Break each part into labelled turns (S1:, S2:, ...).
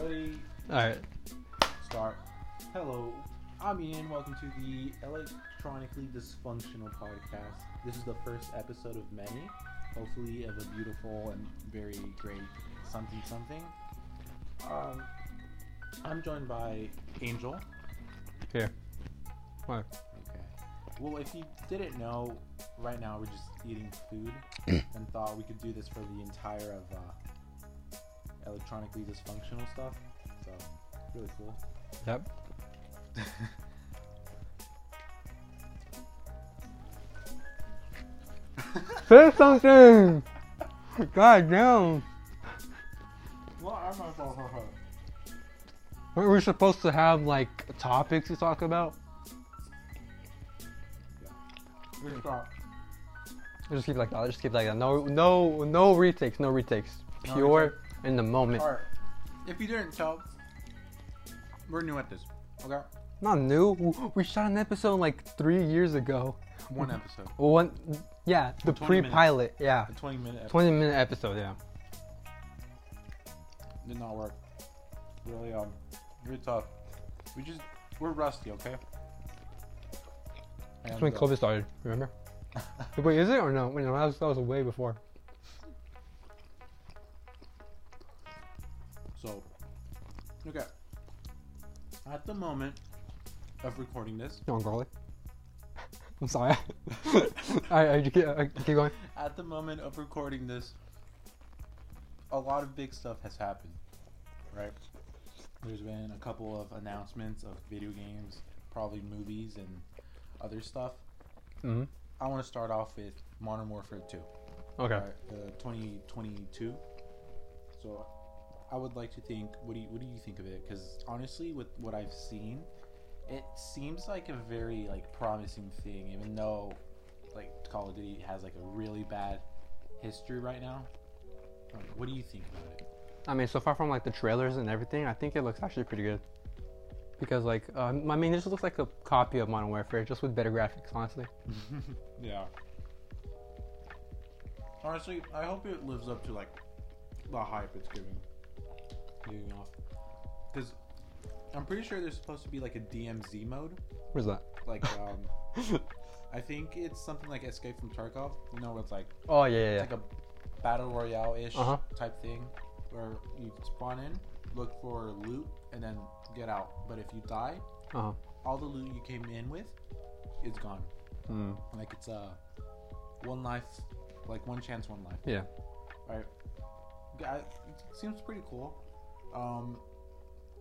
S1: Ready,
S2: All right.
S1: start. Hello, I'm Ian. Welcome to the Electronically Dysfunctional Podcast. This is the first episode of many, hopefully, of a beautiful and very great something something. Um, I'm joined by Angel.
S2: Here. Why?
S1: Okay. Well, if you didn't know, right now we're just eating food and thought we could do this for the entire of uh, electronically dysfunctional stuff. So, really cool.
S2: Yep. Say something. God damn.
S1: Well, I'm not
S2: We're supposed to have like topics to talk about.
S1: Good start.
S2: We'll just keep it like that. Let's just keep it like that. No, no, no retakes. No retakes.
S1: No
S2: Pure in the moment.
S1: Alright. If you didn't tell, we're new at this. Okay?
S2: Not new. W- We shot an episode like three years ago.
S1: One episode.
S2: One, yeah, the
S1: 20 minutes.
S2: pre-pilot. Yeah,
S1: A 20 minute episode.
S2: twenty minute episode. Yeah.
S1: Did not work. Really, um, really tough. We just, we're rusty, okay?
S2: That's
S1: And,
S2: when
S1: uh,
S2: COVID started. Remember? Wait, is it or no? Wait, no, that was, that was way before.
S1: uh, So, okay. At the moment of recording this,
S2: John Garlic. I'm sorry. all right, all right, you keep, uh, keep going.
S1: at the moment of recording this, a lot of big stuff has happened, right? There's been a couple of announcements of video games, probably movies and other stuff.
S2: hmm
S1: I want to start off with Modern Warfare 2.
S2: Okay.
S1: right, the 2022. So, I would like to think. What do you What do you think of it? Because honestly, with what I've seen, it seems like a very like promising thing. Even though, like Call of Duty has like a really bad history right now. Like, what do you think about it?
S2: I mean, so far from like the trailers and everything, I think it looks actually pretty good. Because like, um, I mean, this looks like a copy of Modern Warfare, just with better graphics, honestly.
S1: yeah. Honestly, I hope it lives up to like the hype it's giving. Giving off. Because I'm pretty sure there's supposed to be like a DMZ mode.
S2: Where's that?
S1: Like um I think it's something like Escape from Tarkov. You know where it's like
S2: Oh yeah, yeah, yeah.
S1: it's like a battle royale ish
S2: Uh-huh.
S1: type thing where you spawn in, look for loot, and then get out. But if you die,
S2: uh-huh.
S1: all the loot you came in with is gone.
S2: Mm,
S1: Like it's a one life, like one chance, one life.
S2: yeah.
S1: Right? Yeah, it seems pretty cool. Um,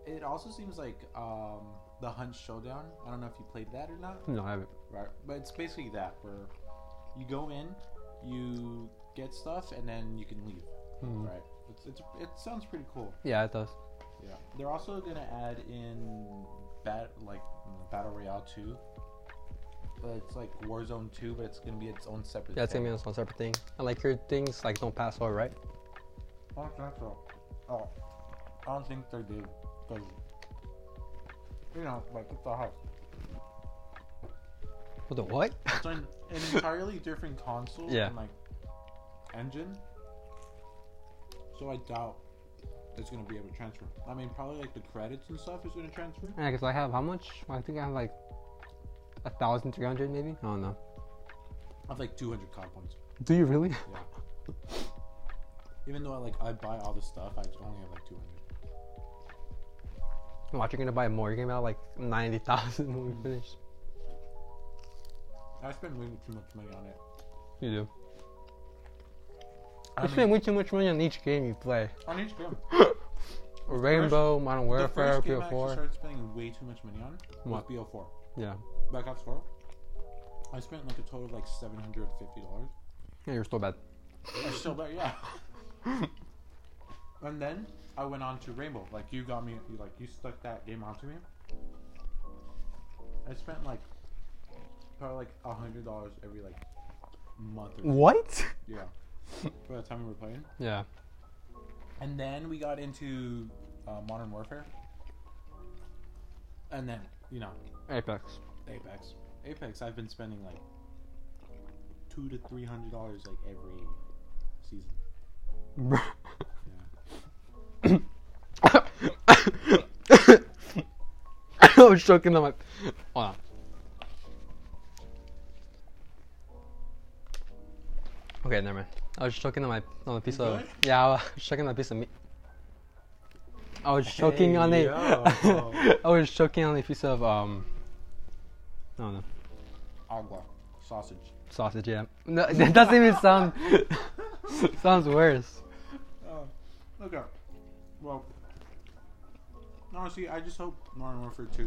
S1: it also seems like um, the Hunt Showdown. I don't know if you played that or not.
S2: No, I haven't.
S1: Right, but it's basically that where you go in, you get stuff, and then you can leave.
S2: Mm.
S1: Right? It's, it's it sounds pretty cool.
S2: Yeah, it does.
S1: Yeah. They're also gonna add in bat like mm, battle royale two. But it's like Warzone two, but it's gonna be its own separate.
S2: Yeah, it's
S1: thing.
S2: gonna be on some separate thing. And like your things like don't pass all right.
S1: I don't think so. Oh, I don't think they did because you know, like it's a house.
S2: What the what?
S1: It's on an entirely different console
S2: Yeah.
S1: and like engine, so I doubt it's gonna be able to transfer. I mean, probably like the credits and stuff is gonna transfer.
S2: Yeah, because I have how much? I think I have like a thousand three hundred, maybe. I don't know.
S1: I have like 200 card points.
S2: Do you really?
S1: Yeah. Even though I like I buy all the stuff, I just only have like 200.
S2: Watch, you're gonna buy more. You're gonna buy like ninety thousand when we finish.
S1: I spend way too much money on it.
S2: You do.
S1: I
S2: You
S1: mean,
S2: spend way too much money on each game you play.
S1: on each game.
S2: Rainbow, Modern
S1: The
S2: Warfare,
S1: first game I actually
S2: PO4.
S1: started spending way too much money on was
S2: What?
S1: BO4.
S2: Yeah.
S1: Black Ops 4. I spent like a total of like $750.
S2: Yeah, you're still bad.
S1: I still bet, yeah. and then I went on to Rainbow. Like you got me, you like you stuck that game onto me. I spent like probably like a hundred dollars every like month or
S2: What?
S1: yeah. By the time we were playing,
S2: Yeah.
S1: and then we got into uh, Modern Warfare, and then you know
S2: Apex.
S1: Apex. Apex, I've been spending like two to three hundred dollars like every season.
S2: Bruh.
S1: Yeah.
S2: I was joking. I'm like, hold on. Okay, never mind. I was choking on my on a piece of
S1: good?
S2: yeah. I was choking on a piece of meat. I was choking
S1: Hey,
S2: on a.
S1: yo.
S2: I was choking on a piece of um. No, no
S1: Agua. Sausage.
S2: sausage. Yeah, no, that doesn't even sound sounds worse.
S1: Oh, okay. Well, honestly, I just hope Modern Warfare 2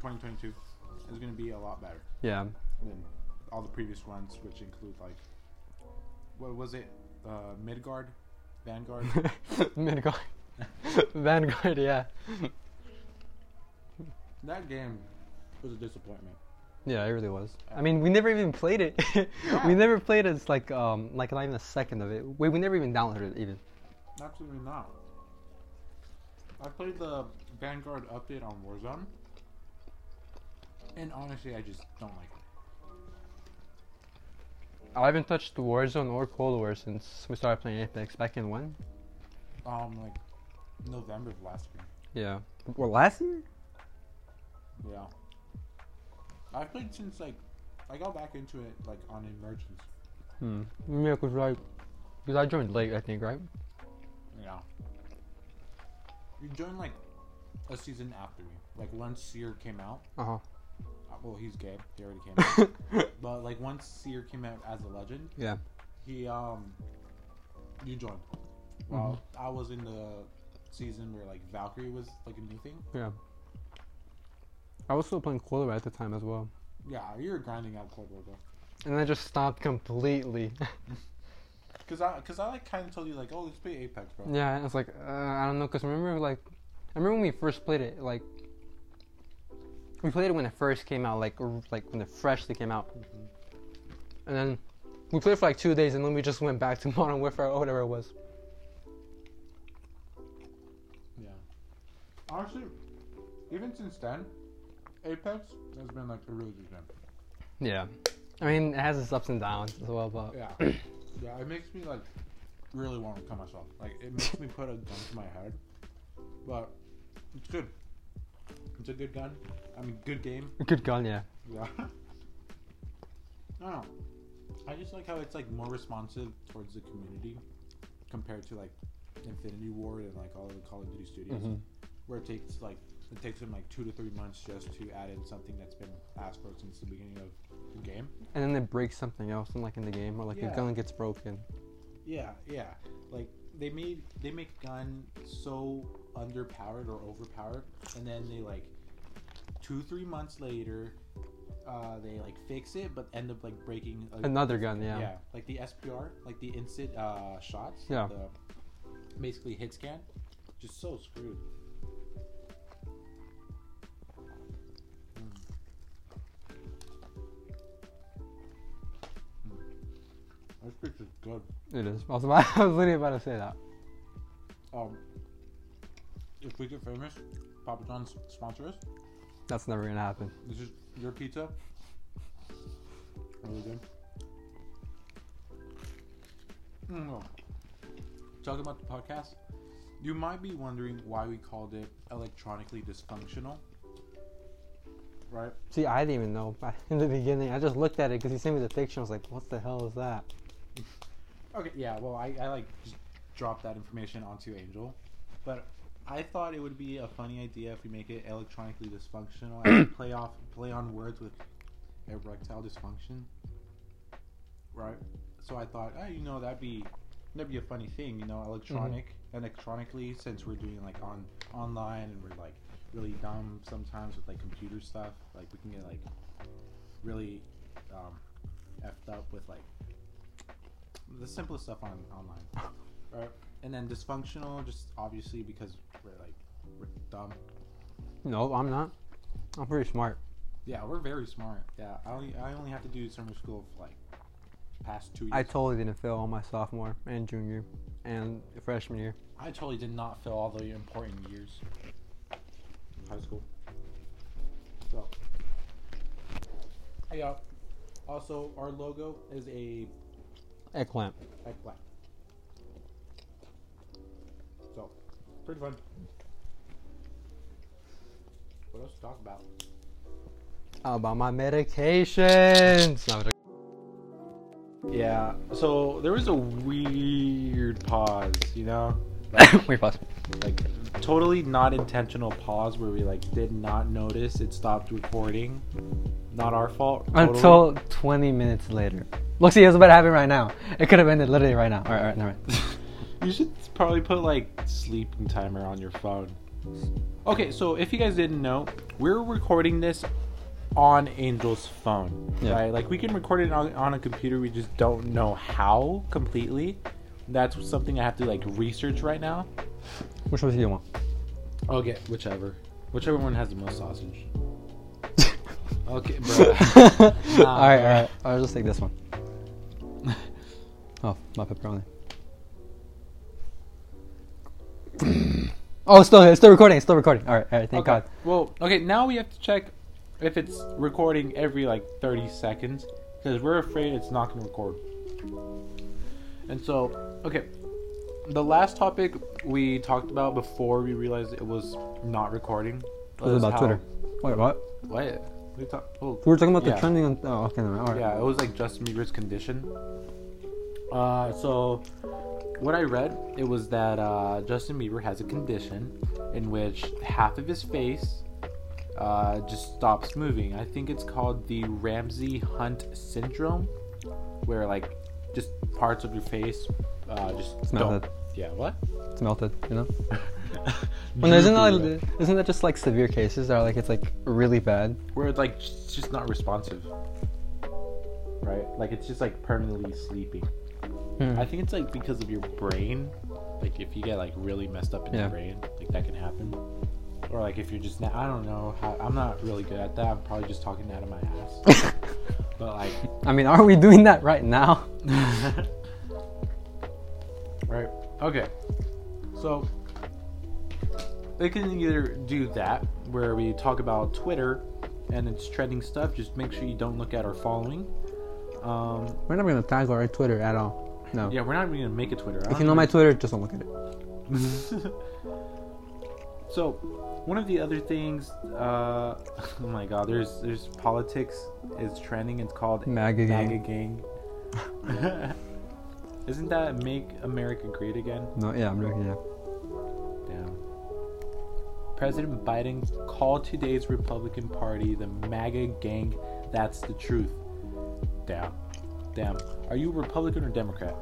S1: 2022 is going to be a lot better
S2: Yeah,
S1: than all the previous ones, which include, like, what was it? Uh, Midgard? Vanguard?
S2: Midgard, Vanguard. Yeah,
S1: that game was a disappointment.
S2: yeah, it really was. I mean, we never even played it. we never played it. It's like um, like not even a second of it. We we never even downloaded it even.
S1: Absolutely not. I played the Vanguard update on Warzone, and honestly, I just don't like it.
S2: I haven't touched Warzone or Cold War since we started playing Apex back in when?
S1: Um, like November of last year.
S2: Yeah. Well, last year?
S1: Yeah. I played since like I got back into it like on emergence.
S2: Hmm. Yeah, cause I, cause I joined late, I think, right?
S1: Yeah. You joined like a season after me. Like once Seer came out.
S2: Uh
S1: uh, Well, he's gay. He already came out.
S2: huh.
S1: but like once Seer came out as a legend,
S2: yeah.
S1: he um, you joined. Well, I was in the season where like Valkyrie was like a new thing.
S2: Yeah. I was still playing Cold War at the time as well,
S1: Yeah, you were grinding out Cold War though.
S2: and I just stopped completely.
S1: Cause I, cause I like kind of told you like, oh, let's play Apex, bro.
S2: yeah, and it's like uh, I don't know, cause remember like, I remember when we first played it, like. We played it when it first came out, like r- like when it freshly came out,
S1: Mhm.
S2: and then we played for like two days, and then we just went back to Modern Warfare or whatever it was.
S1: Yeah. Honestly, even since then, Apex has been like a really good game.
S2: Yeah. I mean, it has its ups and downs as well, but
S1: Yeah. yeah, it makes me like really want to kill myself. Like it makes me put a gun to my head. But it's good. It's a good gun. I mean good game.
S2: good gun, yeah.
S1: Yeah. I don't know. Oh. I just like how it's like more responsive towards the community compared to like Infinity Ward and like all the Call of Duty studios,
S2: Mhm.
S1: where it takes like it takes them like two to three months just to add in something that's been asked for since the beginning of the game.
S2: And then it breaks something else, in, like in the game, or like
S1: Yeah.
S2: a gun gets broken.
S1: Yeah, yeah. Like they made they make gun so underpowered or overpowered, and then they like two three months later, uh, they like fix it, but end up like breaking a,
S2: Another gun, yeah.
S1: yeah, like the SPR, like the instant uh, shots.
S2: Yeah.
S1: The, basically hit scan, just so screwed. Mm. Mm. This picture's good.
S2: It is. I was, about, I was literally about to say that.
S1: Um, if we get famous, Papa John's sponsor us.
S2: That's never gonna happen.
S1: This is your pizza. Really good. Mm. Talking about the podcast, you might be wondering why we called it electronically dysfunctional, right?
S2: See, I didn't even know back in the beginning. I just looked at it because he sent me the picture. I was like, "What the hell is that?"
S1: Okay, yeah. Well, I, I like just dropped that information onto Angel, but I thought it would be a funny idea if we make it electronically dysfunctional and play off play on words with erectile dysfunction, right? So I thought, oh, you know, that'd be that'd be a funny thing, you know, electronic electronically since we're doing like on online and we're like really dumb sometimes with like computer stuff, like we can get like really um, effed up with like the simplest stuff on online, right? And then dysfunctional, just obviously because we're like we're dumb.
S2: No, I'm not. I'm pretty smart.
S1: Yeah, we're very smart. Yeah, I only I only have to do summer school for like past two years.
S2: I totally didn't fail all my sophomore and junior and freshman year.
S1: I totally did not fill all the important years. High school. So. Yeah. Also, our logo is a
S2: Eggplant.
S1: eggplant. So, pretty fun. But What else to talk about?
S2: How about my medications? No, I'm joking.
S1: Yeah. So there was a weird pause, you know, like,
S2: Wait, pause.
S1: like totally not intentional pause where we like did not notice it stopped recording. Not our fault. totally.
S2: Until 20 minutes later. Look, see, it was about to happen right now. It could have ended literally right now. All right, all right, never mind.
S1: you should probably put like sleeping timer on your phone. Okay, so if you guys didn't know, we're recording this on Angel's phone,
S2: Yeah.
S1: right? Like we can record it on, on a computer, we just don't know how completely. That's something I have to like research right now.
S2: Which one do you want?
S1: Okay, whichever, whichever one has the most sausage. Okay, bro.
S2: all right,
S1: Nah,
S2: all right.
S1: alright.
S2: I'll just take this one. Oh, my pepperoni. oh, it's still, it's still recording. It's still recording. All right, all right. Thank
S1: okay.
S2: God.
S1: Well, okay, now we have to check if it's recording every like 30 seconds because we're afraid it's not going to record. And so, okay, the last topic we talked about before we realized it was not recording
S2: It was about
S1: how-
S2: Twitter. Wait, what?
S1: What? We oh, talked. Well,
S2: We were talking about
S1: Yeah.
S2: the trending on. Oh, okay, never mind. All right.
S1: yeah, it was like Justin Bieber's condition. Uh, so what I read it was that uh, Justin Bieber has a condition in which half of his face uh, just stops moving. I think it's called the Ramsey Hunt syndrome, where like just parts of your face uh, just
S2: It's
S1: don't.
S2: melted.
S1: Yeah, what?
S2: It's melted. You know. Well, isn't that isn't that just like severe cases that are like it's like really bad?
S1: where it's like it's just not responsive, right? Like it's just like permanently sleeping. I think it's like because of your brain. Like if you get like really messed up in
S2: Yeah.
S1: your brain, like that can happen. Or like if you're just na I don't know. How, I'm not really good at that. I'm probably just talking out of my ass. but like,
S2: I mean, are we doing that right now?
S1: right? Okay. So they can either do that where we talk about Twitter and it's trending stuff. Just make sure you don't look at our following. Um,
S2: We're not gonna tag our Twitter at all. No.
S1: yeah, we're not even gonna make a Twitter. I
S2: If
S1: don't
S2: you know my Twitter, just don't look at it.
S1: so, one of the other things, uh, oh my God, there's there's politics is trending. It's called
S2: MAGA gang.
S1: MAGA gang. Isn't that make America great again?
S2: No, yeah, I'm joking. Yeah.
S1: Damn. President Biden called today's Republican Party the MAGA gang. That's the truth. Damn. Damn. Are you a Republican or Democrat?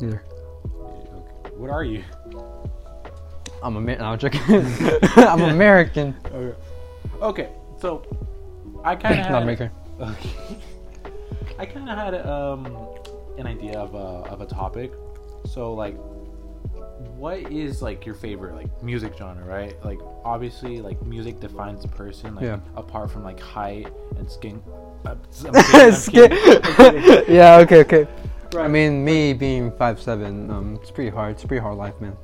S2: Neither.
S1: Okay. What are you?
S2: I'm American. I'm joking. I'm American.
S1: Okay. Okay. So, I kind of
S2: Not American.
S1: Okay. I kind of had um an idea of a of a topic. So like, what is like your favorite like music genre? Right? Like obviously like music defines a person. Like
S2: Yeah.
S1: apart from like height and skin. Uh, I'm
S2: Skip.
S1: kidding, I'm kidding, I'm kidding.
S2: yeah. Okay. Okay. I
S1: Right.
S2: mean, me being five seven, um, it's pretty hard. It's pretty hard life, man.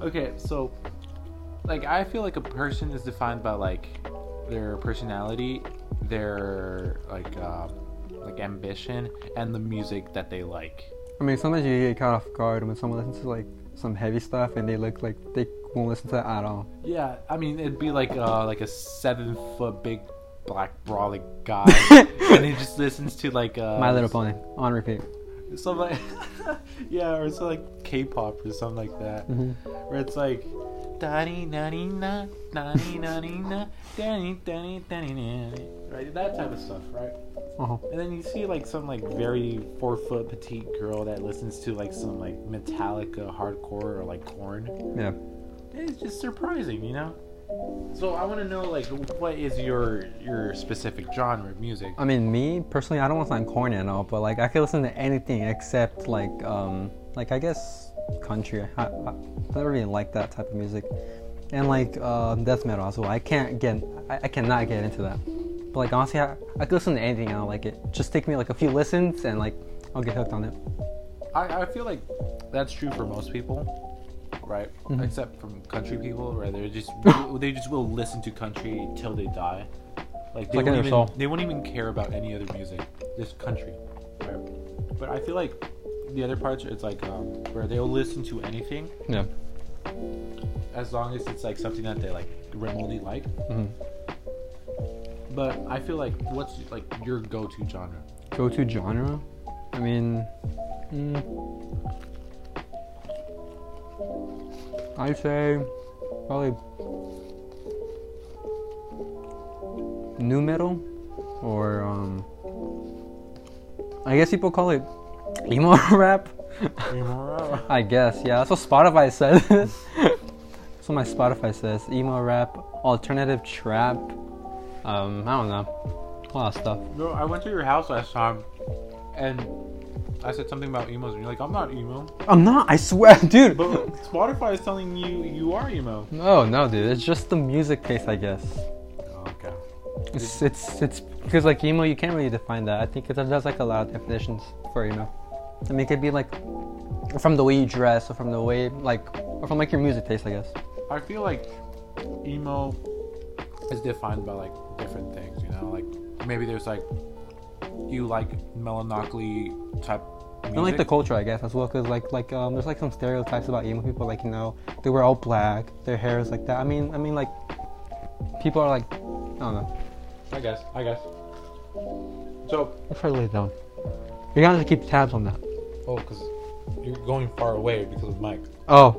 S1: Okay, so like I feel like a person is defined by like their personality, their like um, like ambition, and the music that they like.
S2: I mean, sometimes you get caught off guard when someone listens to like some heavy stuff and they look like they won't listen to that at all.
S1: Yeah, I mean it'd be like uh like a seven foot big black brawling guy, and he just listens to like uh
S2: My Little Pony on repeat.
S1: some like yeah, or it's like K-pop or something like that,
S2: Mhm.
S1: where it's like. Danny, nanny, na, nanny, nanny, na, danny, danny, danny, nanny. Right, that type of stuff, right?
S2: Uh-huh.
S1: And then you see like some like very four foot petite girl that listens to like some like Metallica hardcore or like corn.
S2: Yeah.
S1: It's just surprising, you know. So I want to know like what is your your specific genre of music?
S2: I mean, me personally, I don't want to sound corny and all, but like I could listen to anything except like um like I guess country. I, I, I don't really like that type of music, and like uh, death metal as well. I can't get I, I cannot get into that. But like honestly, I, I could listen to anything and I like it. Just take me like a few listens and like I'll get hooked on it.
S1: I, I feel like that's true for most people, right?
S2: Mm-hmm.
S1: Except from country people, right? They just they just will listen to country till they die. Like they won't
S2: Like in their
S1: even
S2: soul.
S1: they won't even care about any other music, just country. Right? But I feel like the other parts, it's like um, where they'll listen to anything,
S2: Yeah.
S1: as long as it's like something that they like remotely like.
S2: Mhm.
S1: But I feel like what's like your go-to genre?
S2: Go-to genre? I mean, mm, I'd say probably new metal, or um, I guess people call it emo rap. I guess, yeah. That's what Spotify says. That's what my Spotify says. Emo rap, alternative trap. Um, I don't know. A lot of stuff.
S1: No, I went to your house last time, and I said something about emos, and you're like, "I'm not emo,"
S2: I'm not. I swear, dude.
S1: but Spotify is telling you you are emo.
S2: No, Oh, no, dude. It's just the music taste, I guess.
S1: Okay.
S2: It's it's it's because like emo, you can't really define that. I think it, there's like a lot of definitions for emo. I mean, it could be like from the way you dress, or from the way like, or from like your music taste, I guess.
S1: I feel like emo is defined by like different things, you know, like maybe there's like you like melancholy type music.
S2: And like the culture, I guess, as well, because like like um, there's like some stereotypes about emo people, like you know, they were all black, their hair is like that. I mean, I mean like people are like, I don't know.
S1: I guess, I guess. So,
S2: Let's try to lay it down. You gotta keep tabs on that.
S1: oh, because you're going far away because of Mike.
S2: Oh,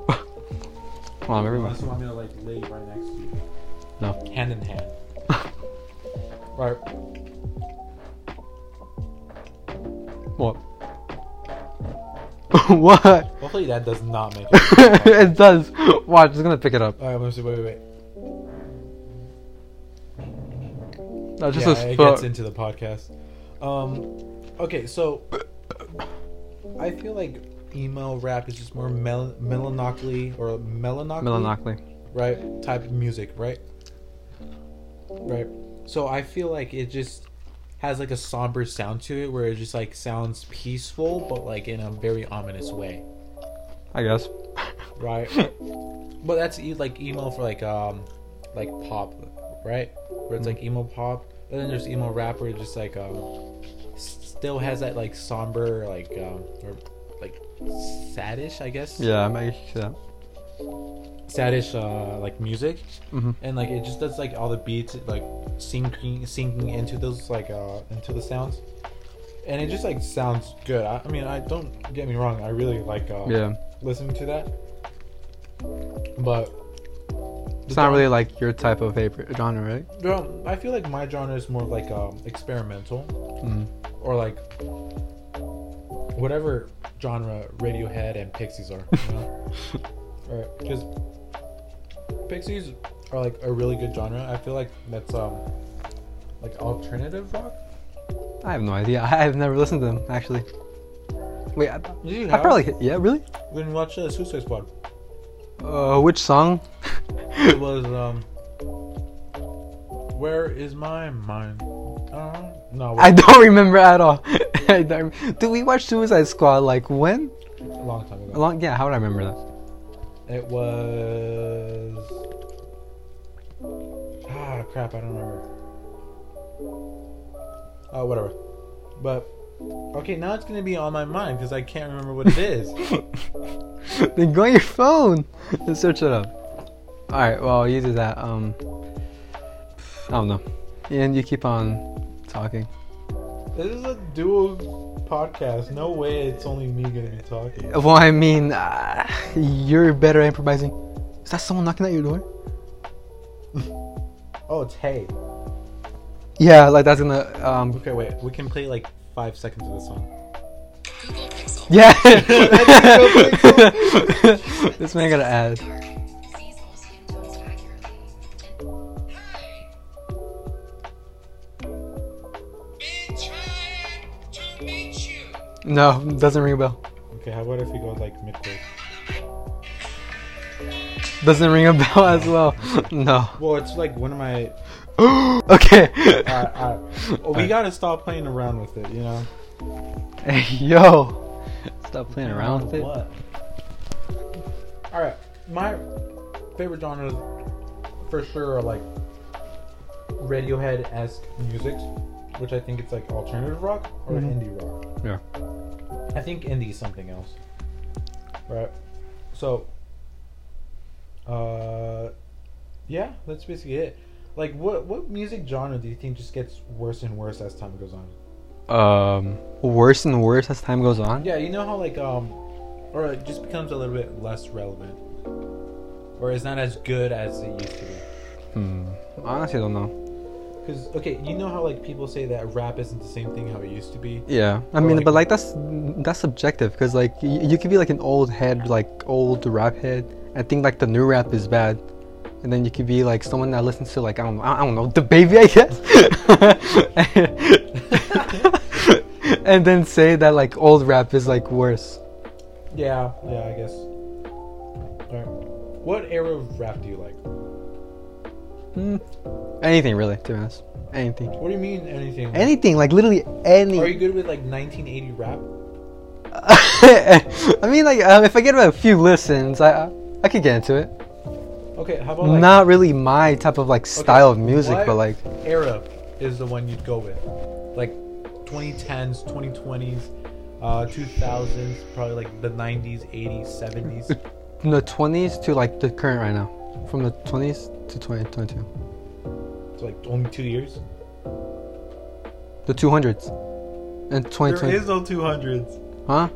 S2: come on, everyone.
S1: Unless you want me to like lay right next to you,
S2: No.
S1: hand in hand. right.
S2: What? what?
S1: Hopefully that does not make it.
S2: it does. Watch, it's gonna pick it up.
S1: All right, let me see. Wait, wait, wait.
S2: That's just
S1: yeah,
S2: a
S1: it
S2: spot.
S1: gets into the podcast. Um, okay, so I feel like emo rap is just more mel- melancholy or melancholy,
S2: Melancholy.
S1: right? Type of music, right? Right. So I feel like it just has like a somber sound to it, where it just like sounds peaceful, but like in a very ominous way,
S2: I guess.
S1: right? but that's e- like emo for like um, like pop, right? Where it's like emo pop, and then there's emo rap, where it just like um, s- still has that like somber, like um, or like sadish, I guess.
S2: Yeah, I guess you that.
S1: Sadish uh, like music,
S2: Mhm.
S1: and like it just does like all the beats like sinking sinking into those like uh into the sounds, and it just like sounds good. I, I mean, I don't get me wrong, I really like uh,
S2: Yeah.
S1: listening to that, but
S2: It's not really like your type of favorite genre, right?
S1: Well, I feel like my genre is more like um, experimental
S2: Mm.
S1: or like whatever genre Radiohead and Pixies are. You know? right, because Pixies are like a really good genre. I feel like that's um like alternative rock.
S2: I have no idea. I have never listened to them actually. Wait, I,
S1: Did you
S2: I probably yeah, really?
S1: when you watch uh, Suicide Squad,
S2: Uh, which song?
S1: it was um. Where is my mind? Uh, no,
S2: I don't remember at all. I don't rem- Did we watch Suicide Squad like when?
S1: a long time ago.
S2: Long, yeah, how would I remember that?
S1: It was. Ah, crap, I don't remember. Oh, whatever. But, okay, now it's gonna be on my mind because I can't remember what it is.
S2: then go on your phone and search it up. All right, well you do that. Um, I don't know. And you keep on talking.
S1: this is a dual podcast. No way it's only me gonna be talking.
S2: Well, I mean, uh, you're better at improvising. Is that someone knocking at your door?
S1: Oh, it's hey.
S2: Yeah, like that's gonna. Um,
S1: Okay, wait, we can play like five seconds of the song.
S3: Google Pixel.
S2: yeah.
S1: Pixel.
S2: this man gotta add.
S3: Dark. Sees all skin tones accurately. And- Hey! Been trying to meet you.
S2: No, doesn't ring a bell.
S1: Okay, how about if we go like midway?
S2: Doesn't ring a bell as well. No.
S1: Well, it's like one of my.
S2: okay.
S1: Uh, uh, we gotta stop playing around with it, you know?
S2: Hey, yo. Stop playing around with it.
S1: All right, my favorite genres for sure are like Radiohead esque music, which I think it's like alternative rock or
S2: Mhm.
S1: indie rock.
S2: Yeah.
S1: I think indie is something else. Right. So Uh, yeah, that's basically it. Like, what what music genre do you think just gets worse and worse as time goes on?
S2: Um, worse and worse as time goes on.
S1: Yeah, you know how like um, or it just becomes a little bit less relevant, or is not as good as it used to be.
S2: Hmm. Honestly, I don't know.
S1: Because okay, you know how like people say that rap isn't the same thing how it used to be.
S2: Yeah, I
S1: Or,
S2: mean,
S1: like-
S2: but like that's that's subjective because like y- you could be like an old head, like old rap head, and think like the new rap is bad, and then you could be like someone that listens to like I don't I don't know the baby I guess, and then say that like old rap is like worse.
S1: Yeah, yeah, I guess. Alright. What era of rap do you like?
S2: Hmm. Anything really, to be honest. Anything.
S1: What do you mean anything?
S2: Anything, like literally any.
S1: Are you good with like 1980 rap?
S2: I mean, like um, if I get a few listens, I I, I could get into it.
S1: Okay, how about Oh, like
S2: Not really my type of like
S1: okay,
S2: style of music,
S1: what
S2: but like
S1: era is the one you'd go with, like 2010s, 2020s, uh, 2000s, probably like the 90s, 80s, 70s.
S2: from the twenties to like the current right now, from the twenties to 2022,
S1: so like only two years.
S2: the 200s, and
S1: There
S2: 2020.
S1: is no 200s.
S2: Huh?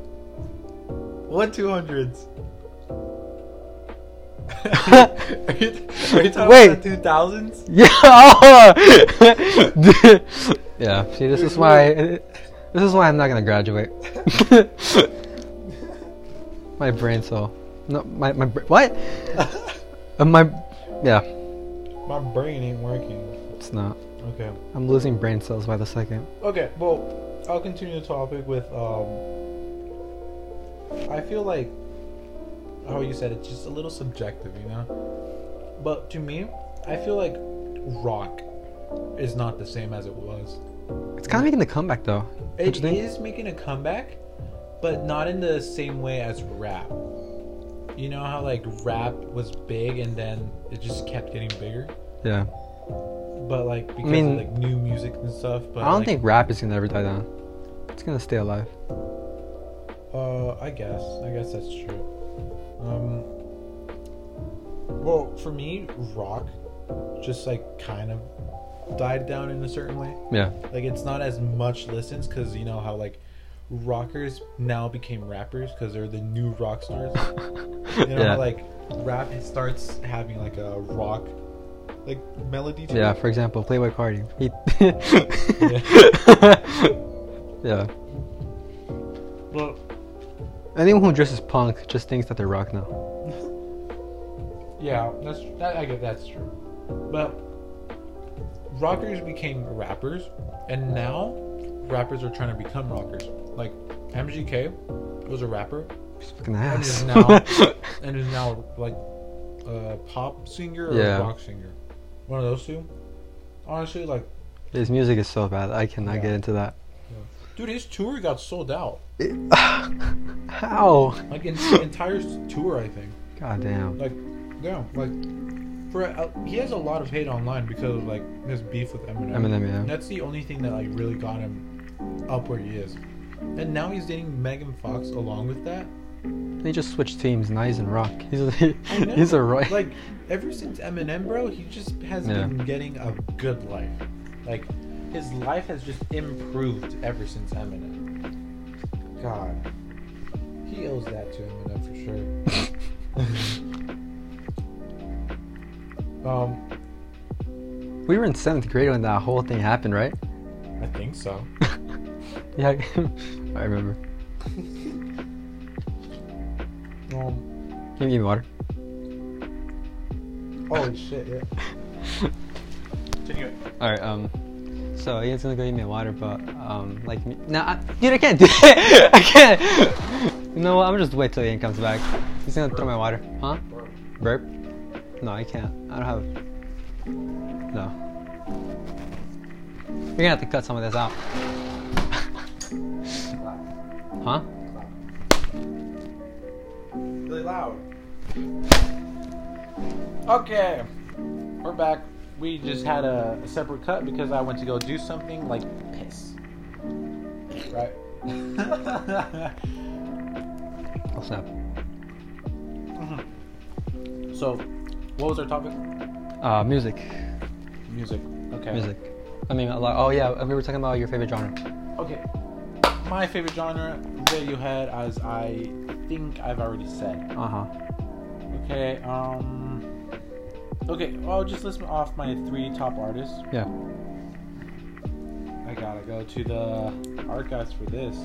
S1: What 200s? are, you, are you talking
S2: Wait.
S1: about the 2000s?
S2: Yeah. yeah. See, this is why. This is why I'm not gonna graduate. my brain cell. No, my my br- what? Uh, my yeah.
S1: My brain ain't working.
S2: It's not.
S1: Okay.
S2: I'm losing brain cells by the second.
S1: Okay, well, I'll continue the topic with um I feel like how you said it's just a little subjective, you know. But to me, I feel like rock is not the same as it was.
S2: It's kind of making the comeback though. Don't
S1: It
S2: you think?
S1: is making a comeback, but not in the same way as rap. You know how like rap was big and then it just kept getting bigger,
S2: Yeah.
S1: but like because
S2: mean,
S1: of like new music and stuff. But
S2: I don't
S1: like,
S2: think rap is gonna ever die down. It's gonna stay alive.
S1: Uh, I guess. I guess that's true. Um, well, for me, rock just like kind of died down in a certain way.
S2: Yeah.
S1: Like it's not as much listens because you know how like rockers now became rappers because they're the new rock stars. you know,
S2: Yeah.
S1: how, like rap starts having like a rock like melody. To
S2: Yeah.
S1: It.
S2: For example, Playboy Cardi. He- yeah.
S1: Well,
S2: Anyone who dresses punk just thinks that they're rock now.
S1: Yeah, that's that, I get that's true. But rockers became rappers, and now rappers are trying to become rockers. Like MGK was a rapper
S2: He's fucking
S1: and is
S2: ass.
S1: now and is now like a pop singer or
S2: Yeah.
S1: a rock singer. One of those two. Honestly, like,
S2: His music is so bad. I cannot
S1: Yeah.
S2: get into that.
S1: dude, his tour got sold out.
S2: How?
S1: Like, in, entire tour, I think.
S2: God damn.
S1: Like, yeah, like for uh, he has a lot of hate online because of like his beef with Eminem.
S2: Eminem, yeah.
S1: That's the only thing that like really got him up where he is, and now he's dating Megan Fox along with that.
S2: They just switched teams. Now he's in rock. He's a,
S1: I know.
S2: he's a rock.
S1: Like ever since Eminem, bro, he just has
S2: Yeah.
S1: been getting a good life. Like his life has just improved ever since Eminem. God, he owes that to Eminem for sure. Um,
S2: we were in seventh grade when that whole thing happened, right?
S1: I think so.
S2: Yeah, I remember.
S1: Um,
S2: Can you give me water?
S1: holy shit, yeah. Continue.
S2: All right. Um. So Ian's gonna go get me a water, but um, like, me- no, I, dude, I can't do it. I can't. You know what? I'm just wait till Ian comes back. He's gonna throw my water, huh? Burp. No, I can't. I don't have. No. You're gonna have to cut some of this out. huh?
S1: Really loud. Okay, we're back. We just had a, a separate cut because I went to go do something like piss. Right.
S2: Oh, I'll snap.
S1: so, What was our topic?
S2: Uh, music,
S1: Music. Okay.
S2: music. I mean, a lot. Oh yeah, and we were talking about your favorite genre.
S1: Okay. My favorite genre, Radiohead, as I think I've already said.
S2: Uh huh.
S1: Okay. Um. Okay. I'll just list off my three top artists.
S2: Yeah.
S1: I gotta go to the archives for this.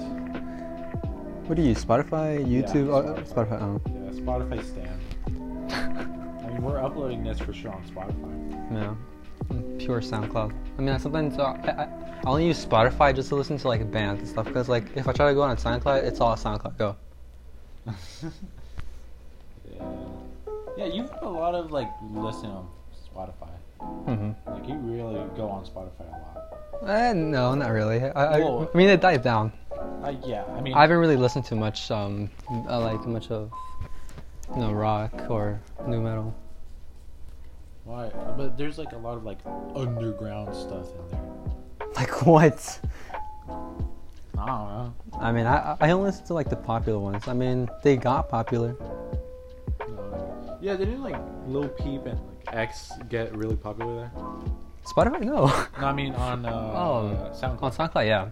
S2: What do you use? Spotify, YouTube,
S1: Spotify.
S2: Oh, Spotify. Oh,
S1: Yeah, Spotify stand. I mean, we're uploading this for sure on Spotify.
S2: oh, yeah. Mm, Pure SoundCloud. I mean, I sometimes uh, I, I, I only use Spotify just to listen to like bands and stuff because like if I try to go on SoundCloud, it's all SoundCloud. Go.
S1: yeah. Yeah, you've got a lot of like listening on Spotify.
S2: Mm-hmm.
S1: Like you really go on Spotify a lot.
S2: Eh, no, not really. I, I,
S1: Whoa.
S2: I mean, it died down.
S1: Uh, yeah, I mean,
S2: I haven't really listened to much, um, uh, like much of, you know, rock or new metal.
S1: why? But there's like a lot of like underground stuff in there.
S2: Like what?
S1: I don't know.
S2: I mean, I, I only listen to like the popular ones. I mean, they got popular.
S1: No. Uh, Yeah, didn't like Lil Peep and like X get really popular there?
S2: Spotify, no.
S1: No, I mean on uh,
S2: Oh,
S1: uh, SoundCloud.
S2: On SoundCloud, yeah.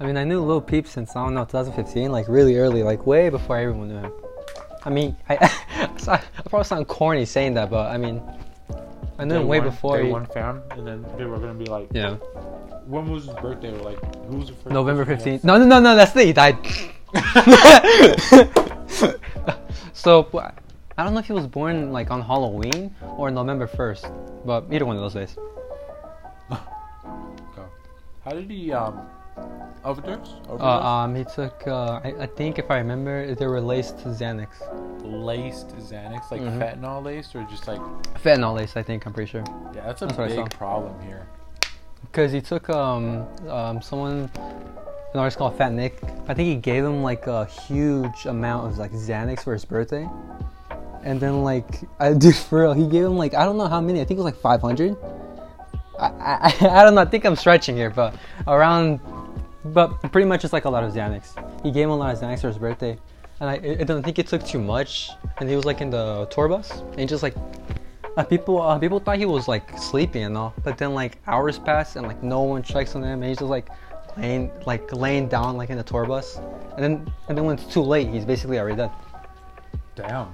S2: I mean, I knew Lil Peep since I don't know 2015, like really early, like way before everyone knew him. I mean, I I, probably sound corny saying that, but I mean, I knew
S1: They
S2: him way
S1: weren't-
S2: before.
S1: they
S2: he-
S1: one fan, and then they were gonna be like,
S2: yeah,
S1: when was his birthday? We're like, who was the first?
S2: November
S1: person
S2: 15th. No, no, no, no. That's the he died. so wh- I don't know if he was born like on Halloween or November 1st, but either one of those days. Uh,
S1: to go? How did he um overdose? Overdose?
S2: Uh, um, he took. Uh, I, I think if I remember, they were laced Xanax.
S1: laced Xanax, like
S2: Mhm.
S1: fentanyl laced, or just like
S2: Fentanyl laced, I think. I'm pretty sure.
S1: yeah, that's a
S2: That's what I
S1: big
S2: saw.
S1: problem here.
S2: Because he took um, um, someone, an artist called Fat Nick. I think he gave him like a huge amount of like Xanax for his birthday, and then like I dude for real, he gave him like I don't know how many. I think it was like 500. I I, I don't know. I think I'm stretching here, but around, but pretty much it's like a lot of Xanax. He gave him a lot of Xanax for his birthday, and I, I don't think it took too much. And he was like in the tour bus and he just like uh, people uh, people thought he was like sleeping and all, but then like hours pass and like no one checks on him, and he's just like laying like laying down like in the tour bus, and then and then when it's too late, he's basically already dead.
S1: Damn,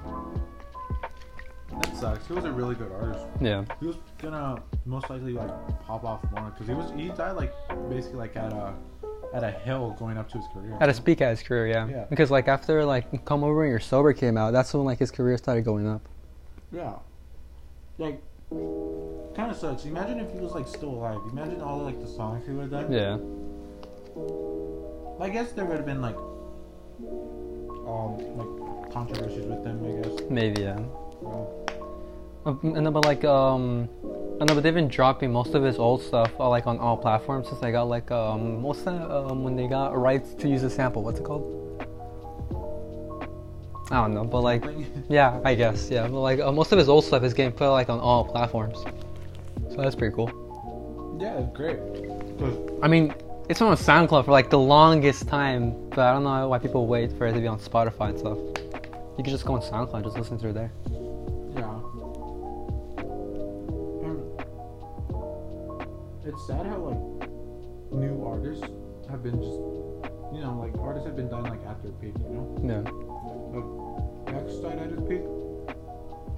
S1: that sucks. He was a really good artist.
S2: Yeah.
S1: He was gonna most likely like pop off more because he was he died like basically like at a at a hill going up to his career.
S2: At a peak at his career, yeah.
S1: Yeah.
S2: Because like after like Come Over and You're Sober came out, that's when like his career started going up.
S1: yeah, like kind of sucks. Imagine if he was like still alive. Imagine all like the songs he would have done.
S2: Yeah.
S1: I guess there would have been like um like controversies with them, I guess.
S2: Maybe yeah.
S1: Well,
S2: Uh, And then, but like um, I know, but they've been dropping most of his old stuff uh, like on all platforms since they got like um, what's that um, when they got rights to use a sample? What's it called? I don't know, but like, yeah, I guess, yeah, but like uh, most of his old stuff is getting put like on all platforms, so that's pretty cool.
S1: yeah, it's great. 'Cause-
S2: I mean, it's been on SoundCloud for like the longest time, but I don't know why people wait for it to be on Spotify and stuff. You could just go on SoundCloud, and just listen through there.
S1: yeah. Mm. It's sad how like new artists have been just you know, like artists have been done like after peak, you know?
S2: Yeah.
S1: Like X died at his peak.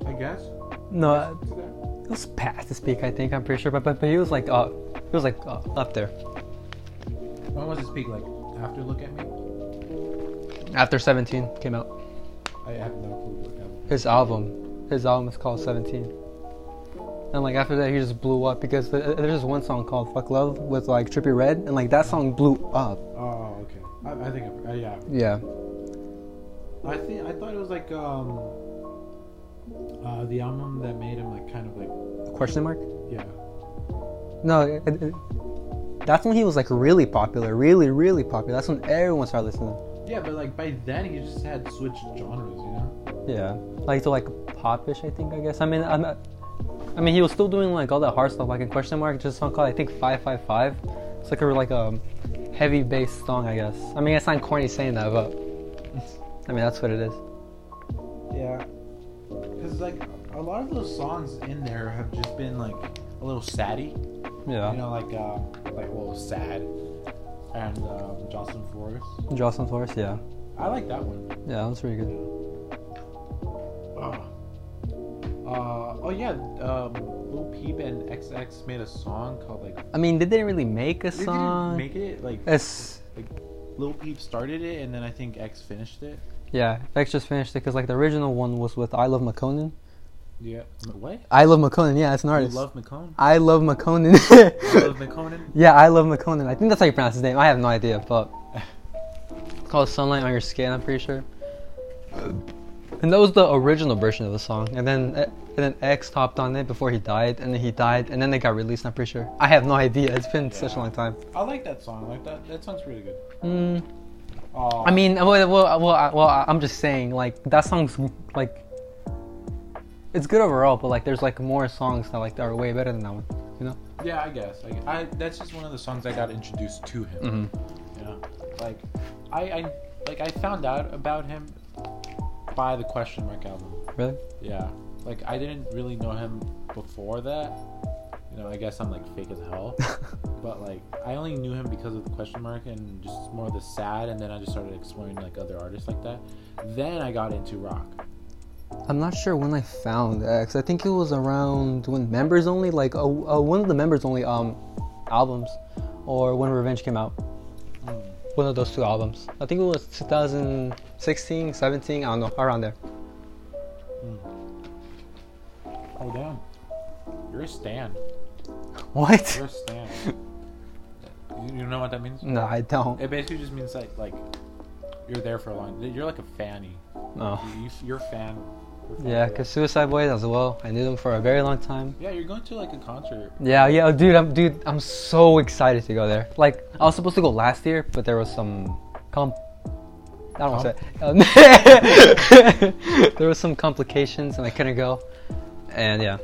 S1: I guess.
S2: No, uh,
S1: to that.
S2: It was past his peak, I think. I'm pretty sure, but but, but he was like uh, he was like uh, up there
S1: When was his peak? Like after Look at Me?
S2: after 17 came out.
S1: I have no clue what happened.
S2: His album, his album is called 17. And like after that, he just blew up because th- there's this one song called "Fuck Love" with like Trippy Red, and like that song blew up.
S1: Oh, okay. I, I think I, uh, yeah.
S2: Yeah.
S1: I think I thought it was like um uh the album that made him like kind of like
S2: Question mark?
S1: yeah.
S2: No. It, it- it- that's when he was like really popular, really, really popular. That's when everyone started listening.
S1: Yeah, but like by then he just had switched genres, you know?
S2: Yeah, like to like popish. I think. I guess. I mean, I'm. Not, I mean, he was still doing like all that hard stuff, like in question mark, just a song called I think five five five. It's like a like a heavy bass song, I guess. I mean, it's not corny saying that, but I mean that's what it is.
S1: Yeah. Cause like a lot of those songs in there have just been like a little saddy.
S2: Yeah.
S1: You know, like uh, like well, sad, and um, Johnson Forrest.
S2: Jocelyn Force, yeah.
S1: I like that one.
S2: Yeah, that's pretty good.
S1: Ugh. Uh, oh yeah, um, Lil Peep and XX made a song called like.
S2: I mean, they didn't really make a
S1: They didn't
S2: song. Eh.
S1: Make it like
S2: It's
S1: Lil Peep started it, and then I think X finished it.
S2: yeah. Vex just finished it because like the original one was with I Love McConan.
S1: Yeah. What?
S2: I Love McConan, yeah, it's an
S1: I
S2: artist.
S1: love McCone.
S2: I Love McConan.
S1: I love McConan.
S2: yeah, I Love McConan. I think that's how you pronounce his name. I have no idea, but it's called Sunlight on Your Skin. I'm pretty sure. And that was the original version of the song. And then eh, and then X topped on it before he died. And then he died. And then they got released. I'm pretty sure. I have no idea. It's been such a long time.
S1: I like that song. Like that. That sounds really good.
S2: Mm,
S1: Oh,
S2: I mean, well, well, well, I- well, I- I'm just saying, like that song's like it's good overall, but like there's like more songs that like that are way better than that one. You know?
S1: Yeah, I guess. I, I that's just one of the songs I got introduced to him. You know, like I, I like I found out about him by the Question Mark album.
S2: Really?
S1: Yeah, like I didn't really know him before that. You know, I guess I'm like fake as hell, but like I only knew him because of the Question Mark and just more of the sad, and then I just started exploring like other artists like that. Then I got into rock.
S2: I'm not sure when I found X. I think it was around when Members Only, like uh, uh, one of the Members Only um albums, or when Revenge came out. One of those two albums. I think it was 2016, 17. I don't know, around there.
S1: Oh damn, you're a stan.
S2: What?
S1: You're a stan. you, you know what that means?
S2: No, I don't.
S1: It basically just means like like you're there for a long. You're like a fanny.
S2: No.
S1: You, you're a fan. You're a fan
S2: Yeah,
S1: of it.
S2: cause Suicide Boys as well. I knew them for a very long time.
S1: yeah, you're going to like a concert.
S2: Yeah, yeah, oh, dude, I'm dude, I'm so excited to go there. Like, I was supposed to go last year, but there was some comp. I don't want to say. Um, there was some complications, and I couldn't go. And yeah,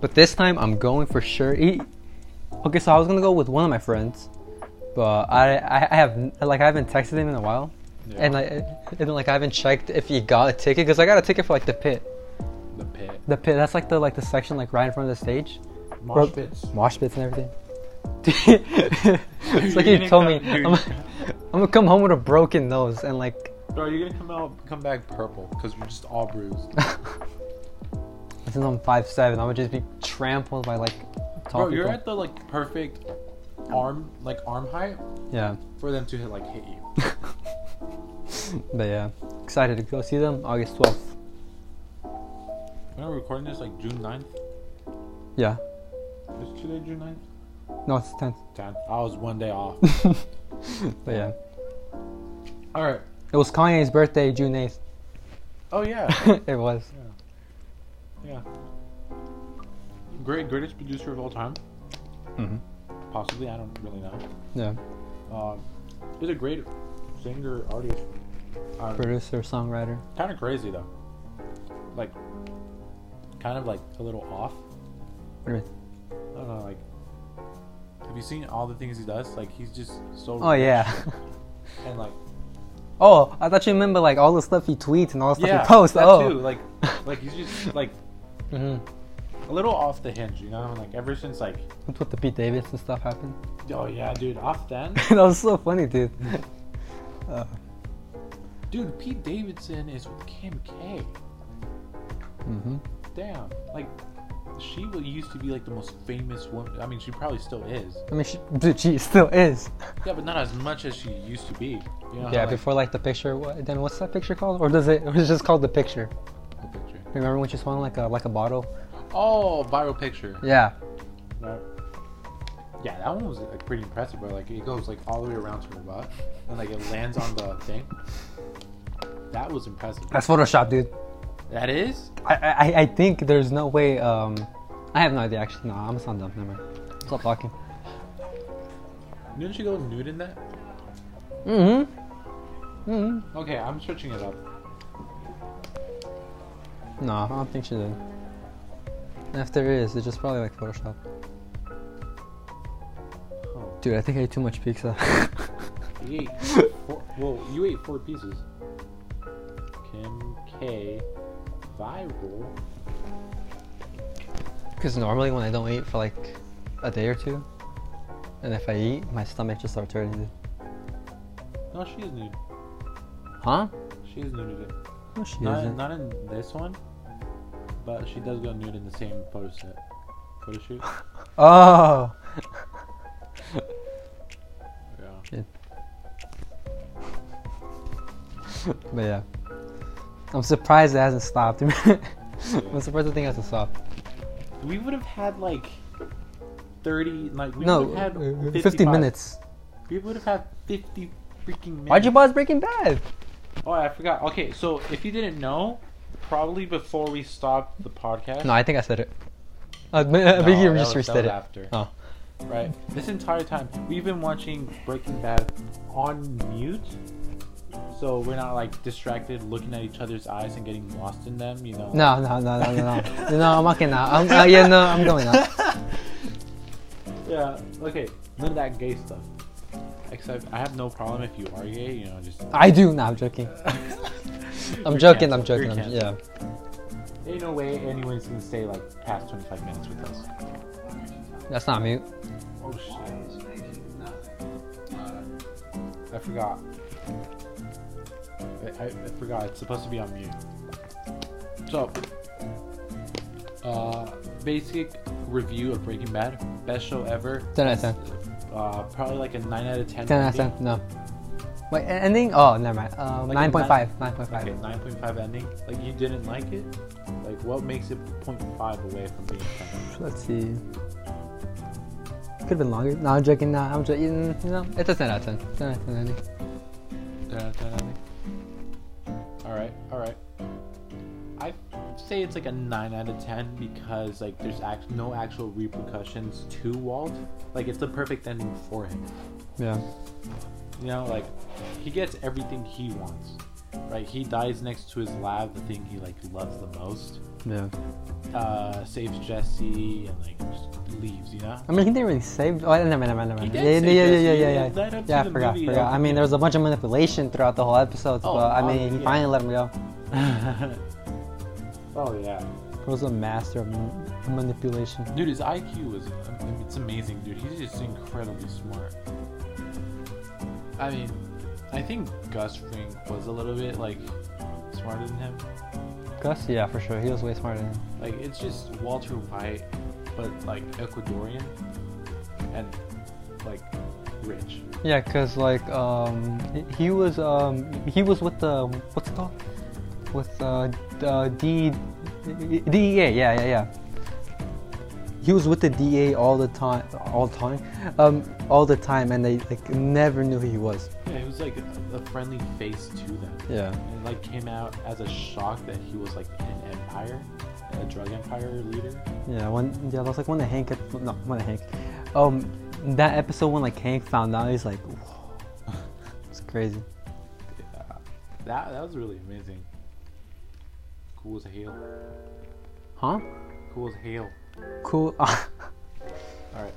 S2: but this time I'm going for sure. E- Okay, so I was gonna go with one of my friends, but I I, I have like I haven't texted him in a while,
S1: Yeah.
S2: and like and like I haven't checked if he got a ticket because I got a ticket for like the pit.
S1: the pit,
S2: The pit. That's like the like the section like right in front of the stage
S1: mosh
S2: Bro-
S1: pits.
S2: mosh pits and everything. it's like you
S1: You're
S2: told me
S1: gonna
S2: I'm,
S1: come-
S2: I'm
S1: dude.
S2: gonna come home with a broken nose and like
S1: Bro, you're gonna come out, come back purple because you're just all bruised.
S2: since I'm five seven, I would just be trampled by like tall
S1: Bro, you're
S2: people.
S1: at the like perfect arm, like arm height
S2: yeah,
S1: for them to hit, like hit you.
S2: but yeah, excited to go see them August twelfth.
S1: We're recording this like June 9th.
S2: Yeah,
S1: Is today June 9th?
S2: no, it's tenth.
S1: 10th. I was one day off.
S2: But yeah,
S1: all right.
S2: it was Kanye's birthday, June eighth.
S1: Oh yeah.
S2: it was.
S1: Yeah. Great, greatest producer of all time.
S2: Mm-hmm.
S1: Possibly, I don't really know.
S2: Yeah,
S1: Um, he's a great singer, artist. Um,
S2: producer, songwriter.
S1: kind of crazy though. Like, kind of like a little off.
S2: What do you mean?
S1: I don't know. Like, have you seen all the things he does? Like, he's just so.
S2: Oh
S1: rich
S2: yeah.
S1: And like,
S2: Oh, I thought you remember like all the stuff he tweets and all the stuff
S1: yeah,
S2: he posts.
S1: that
S2: oh.
S1: too. Like, like he's just like
S2: hmm
S1: a little off the hinge, you know? Like ever since like,
S2: That's what the Pete Davis and stuff happened.
S1: oh yeah, dude, off then.
S2: that was so funny, dude.
S1: Dude, Pete Davidson is with Kim K.
S2: hmm
S1: Damn. Like, she wa- used to be like the most famous woman. I mean, she probably still is.
S2: I mean, she, dude, she still is.
S1: Yeah, but not as much as she used to be. You know, how,
S2: yeah,
S1: like,
S2: before like the picture. What, then what's that picture called? Or does it? Or is it just called the picture?
S1: the picture.
S2: Remember when she swung like a like a bottle?
S1: Oh, viral picture.
S2: Yeah.
S1: Right. Yeah, that one was like pretty impressive, but like it goes like all the way around to her butt, and like it lands on the thing. That was impressive.
S2: That's Photoshop, dude.
S1: That is.
S2: I I, I think there's no way. Um, I have no idea actually. No, I'm sound dumb. Never. mind. Stop talking.
S1: Didn't she go nude in that?
S2: Mm-hmm. Mm-hmm.
S1: Okay, I'm switching it up.
S2: No, I don't think she did. And if there is, it's just probably like Photoshop.
S1: Oh,
S2: Dude, I think I ate too much pizza.
S1: you ate four, well, you ate four pieces. Kim K, viral
S2: Because normally when I don't eat for like a day or two, and if I eat, my stomach just starts hurting.
S1: No, she is nude.
S2: Huh?
S1: She is nude today.
S2: No, she
S1: Not,
S2: isn't.
S1: not in this one, but she does go nude in the same photo set. Photo shoot?
S2: Oh.
S1: Yeah.
S2: But yeah, I'm surprised it hasn't stopped. I'm surprised the thing hasn't stopped.
S1: We would have had like 30, like, we
S2: no,
S1: would have had
S2: uh,
S1: 55.
S2: 15 minutes.
S1: We would have had 50 freaking minutes.
S2: Why'd you pause Breaking Bad?
S1: Oh, I forgot. Okay, so if you didn't know, probably before we stopped the podcast.
S2: No, I think I said it. Uh, m- uh,
S1: No,
S2: Biggie
S1: that
S2: just
S1: was- that
S2: restated
S1: was
S2: it.
S1: after.
S2: Oh.
S1: Right. This entire time, we've been watching Breaking Bad on mute, so we're not like distracted, looking at each other's eyes and getting lost in them. You know.
S2: No, no, no, no, no, no. no, I'm walking out. I'm, uh, yeah, no, I'm going out.
S1: Yeah. Okay. None of that gay stuff. Except I have no problem if you are gay. You know, just.
S2: I do. No, I'm joking. I'm
S1: You're
S2: joking. I'm
S1: canceled. You're
S2: joking. I'm, yeah.
S1: canceled. Ain't no way anyone's gonna stay like past 25 minutes with us.
S2: That's not mute.
S1: Oh shit. I forgot. I, I, I forgot. It's supposed to be on mute. So, uh, basic review of Breaking Bad. Best show ever.
S2: 10 out of 10.
S1: Uh, probably like a 9 out of 10.
S2: 10 out of
S1: ending.
S2: 10. No. Wait, e- ending? Oh, never mind. Uh,
S1: Like a
S2: 9.5.
S1: Okay,
S2: 9.5.
S1: 9.5 ending. Like, you didn't like it? Like, what makes it 0.5 away from being 10?
S2: Let's see. Could have been longer. No, I'm joking. No, I'm joking. You know, it's a 10 out of 10. 10 out of 10 ending.
S1: Alright, alright. I say it's like a 9 out of 10 because like there's act- no actual repercussions to Walt. Like it's the perfect ending for him.
S2: Yeah.
S1: You know, like he gets everything he wants. Right? He dies next to his lab, the thing he like loves the most.
S2: Yeah.
S1: Uh saves Jesse and like just leaves, you know?
S2: I mean, he didn't really save. Oh, never mind, never mind, never
S1: He
S2: mind.
S1: did
S2: yeah,
S1: save
S2: yeah, yeah,
S1: Jesse.
S2: yeah, yeah,
S1: It
S2: yeah.
S1: led up to
S2: yeah, I
S1: the
S2: forgot,
S1: movie,
S2: forgot.
S1: like-
S2: I mean, there was a bunch of manipulation throughout the whole episode,
S1: Oh,
S2: but I
S1: um,
S2: mean, he
S1: yeah.
S2: finally let him go.
S1: oh yeah.
S2: He was a master of ma- manipulation.
S1: Dude, his IQ was I mean, it's amazing, dude. He's just incredibly smart. I mean, I think Gus Fring was a little bit like smarter than him.
S2: Gus, yeah, for sure. He was way smarter than him.
S1: Like it's just Walter White, but like Ecuadorian and like rich.
S2: Yeah, cause like um, he- he was um, he was with the what's it called? With uh, d- uh, D DEA. Yeah, yeah, yeah. He was with the DA all the time, all the time, um, all the time, and they like never knew who he was.
S1: Yeah, he was like a, a friendly face to them.
S2: Yeah.
S1: And it like came out as a shock that he was like an empire, a drug empire leader.
S2: Yeah, when yeah, that was like when the Hank, no, when the Hank, um, that episode when like Hank found out, he's like, whoa, it's crazy.
S1: That that was really amazing. Cool as hell.
S2: Huh?
S1: Cool as hell.
S2: Cool.
S1: All right.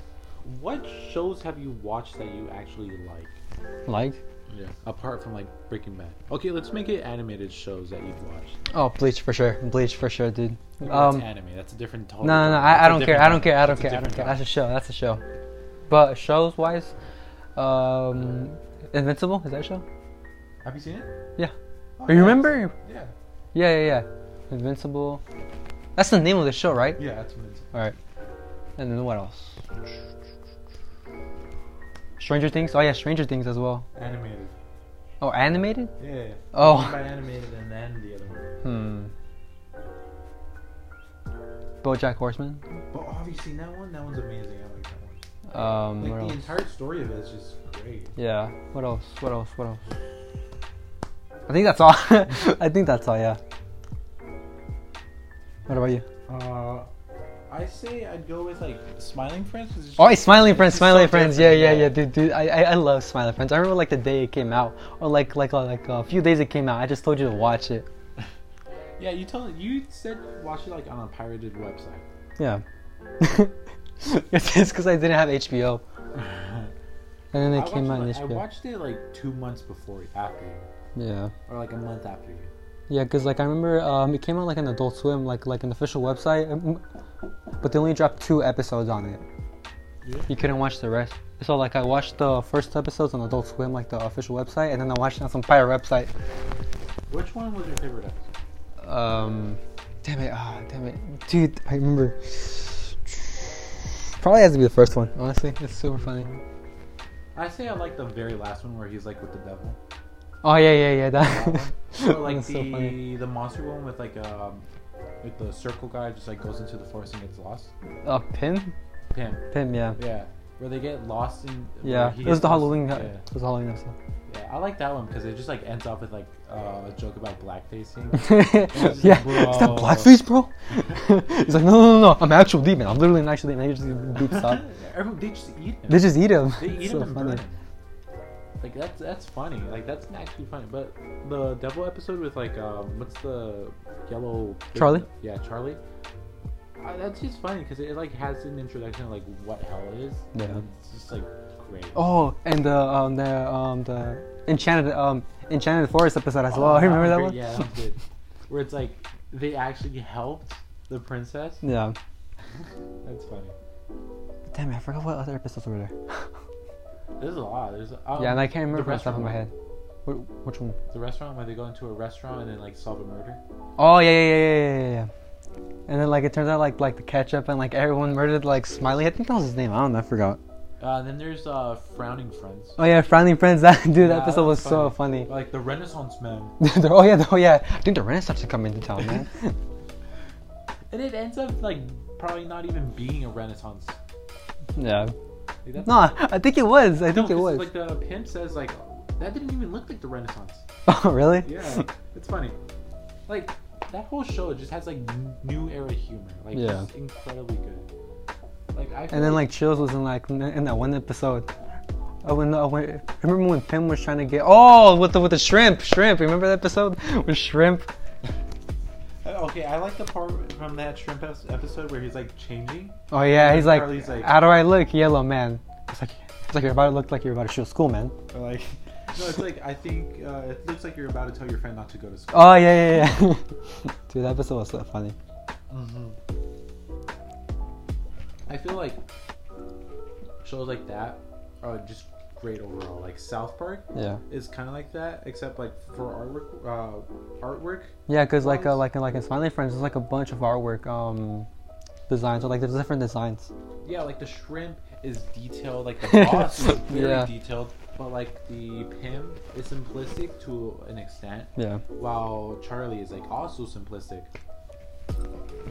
S1: What shows have you watched that you actually like?
S2: like?
S1: Yeah. Apart from like Breaking Bad. Okay, let's make it animated shows that you've watched.
S2: Oh, Bleach for sure. Bleach for sure, dude.
S1: that's
S2: Um,
S1: anime. That's a different topic.
S2: No, no, no.
S1: Oh, That's
S2: I, I
S1: a
S2: don't care.
S1: different
S2: I don't care. I don't
S1: topic.
S2: care. I don't
S1: That's a
S2: care. That's a
S1: different
S2: show. That's a show. But shows wise, um, Invincible is that a show?
S1: topic. Have you seen it?
S2: Yeah.
S1: Oh,
S2: You remember?
S1: Yeah.
S2: Yeah, yeah, yeah. Invincible. That's the name of the show, right?
S1: Yeah, that's amazing.
S2: All right. And then what else? Stranger Things. Oh yeah, Stranger Things as well.
S1: Animated.
S2: Oh, animated.
S1: Yeah.
S2: Oh.
S1: animated and then the other one.
S2: Hmm. BoJack Horseman.
S1: But oh, have you seen that one? That one's amazing. I like that one.
S2: Um. what
S1: Like
S2: else?
S1: the entire story of it is just great.
S2: Yeah. What else? What else? What else? I think that's all. I think that's all. Yeah. What about you?
S1: Uh, I say I'd go with like Smiling Friends. 'cause it's
S2: Oh,
S1: just-
S2: Smiling Friends,
S1: just
S2: Smiling
S1: so
S2: Friends. Yeah,
S1: different,
S2: yeah, yeah, dude, dude. I, I, I love Smiling Friends. I remember like the day it came out, or like, like, uh, like a few days it came out. I just told you to watch it.
S1: Yeah, you told you said you watched it like on a pirated website.
S2: Yeah. it's because I didn't have HBO, and then it
S1: I
S2: came out
S1: watched it, like,
S2: on
S1: I
S2: HBO.
S1: watched it like two months before, after you,
S2: Yeah.
S1: or like a month after you.
S2: Yeah, cause like I remember um, it came out like an Adult Swim, like like an official website, um, but they only dropped two episodes on it.
S1: Yeah.
S2: You couldn't watch the rest. So like I watched the first episodes on Adult Swim, like the official website, and then I watched it on some pirate website.
S1: Which one was your favorite episode?
S2: Um, damn it, ah, damn it, dude, I remember. Probably has to be the first one. Honestly, it's super funny.
S1: I say I like the very last one where he's like with the devil.
S2: Oh yeah, yeah, yeah, that.
S1: That one. But like
S2: one's
S1: the
S2: so funny.
S1: the monster one with like um with the circle guy just like goes into the forest and gets lost.
S2: Uh, Pim,
S1: Pam.
S2: Pim, yeah,
S1: Yeah. Where they get lost in where
S2: yeah.
S1: he
S2: It was
S1: gets
S2: the
S1: lost-
S2: Halloween.
S1: Yeah.
S2: It was the Halloween episode.
S1: yeah. I like that one because it just like ends off with like uh, a joke about blackfacing.
S2: yeah, is that
S1: Bro.
S2: blackface, bro? He's like, no, no, no, no, I'm an actual demon. I'm literally an actual demon. They just boops up.
S1: Everyone they just eat him.
S2: They just eat him.
S1: They eat
S2: It's
S1: him
S2: so
S1: and burn him. Like that's that's funny. Like that's actually funny. But the devil episode with like um what's the yellow
S2: Charlie?
S1: Yeah, Charlie. Uh, that's just funny because it, it, like has an introduction of like what hell is.
S2: Yeah.
S1: and It's just like great.
S2: Oh, and the um the um the enchanted um enchanted forest episode as well.
S1: Oh,
S2: remember that
S1: was
S2: one?
S1: great. Yeah, that was good. Where it's like they actually helped the princess.
S2: Yeah.
S1: That's funny.
S2: Damn it, I forgot what other episodes were there.
S1: There's a lot. There's um,
S2: yeah, and I can't
S1: the
S2: remember off the top of my
S1: restaurant.
S2: head. Wh- Which one?
S1: The restaurant where they go into a restaurant and then like solve a murder.
S2: Oh yeah, yeah, yeah, yeah, yeah, yeah. And then like it turns out like like the ketchup and like everyone murdered like Smiley. I think that was his name. I don't know. I forgot.
S1: Uh, then there's uh, frowning friends.
S2: Oh yeah, Frowning Friends. That dude,
S1: Yeah,
S2: that episode was
S1: that's
S2: so funny.
S1: Like the Renaissance man.
S2: The- oh yeah, the- oh yeah. I think the Renaissance should come into town, man.
S1: And it ends up like probably not even being a renaissance.
S2: yeah.
S1: Like, that's-
S2: No, I think it was. I
S1: No,
S2: think it
S1: 'cause,
S2: was.
S1: Like the pimp says, like that didn't even look like the renaissance.
S2: oh really?
S1: Yeah, it's funny. Like that whole show just has like n- new era humor. Like
S2: Yeah.
S1: just incredibly good. Like I. feel
S2: And then like Chills was in like n- in that one episode. Oh, when, oh, when, remember when Pim was trying to get oh with the with the shrimp shrimp remember that episode with shrimp
S1: Uh, okay, I like the part from that shrimp ep- episode where he's like changing.
S2: oh yeah
S1: And
S2: he's like,
S1: Charlie's like-
S2: how do I look yellow man it's like it's like you're about to look like you're about to shoot school man
S1: Or like, no, it's like I think uh, it looks like you're about to tell your friend not to go to school.
S2: oh yeah yeah yeah dude that episode was so funny
S1: I feel like shows like that are just great overall. Like South Park
S2: yeah
S1: is kind of like that, except like for artwork. Uh, artwork.
S2: yeah because like uh, like like in Smiley Friends there's like a bunch of artwork um designs or like there's different designs
S1: Yeah, like the shrimp is detailed. Like the boss is very
S2: Yeah.
S1: detailed, but like the Pim is simplistic to an extent,
S2: yeah
S1: while Charlie is like also simplistic.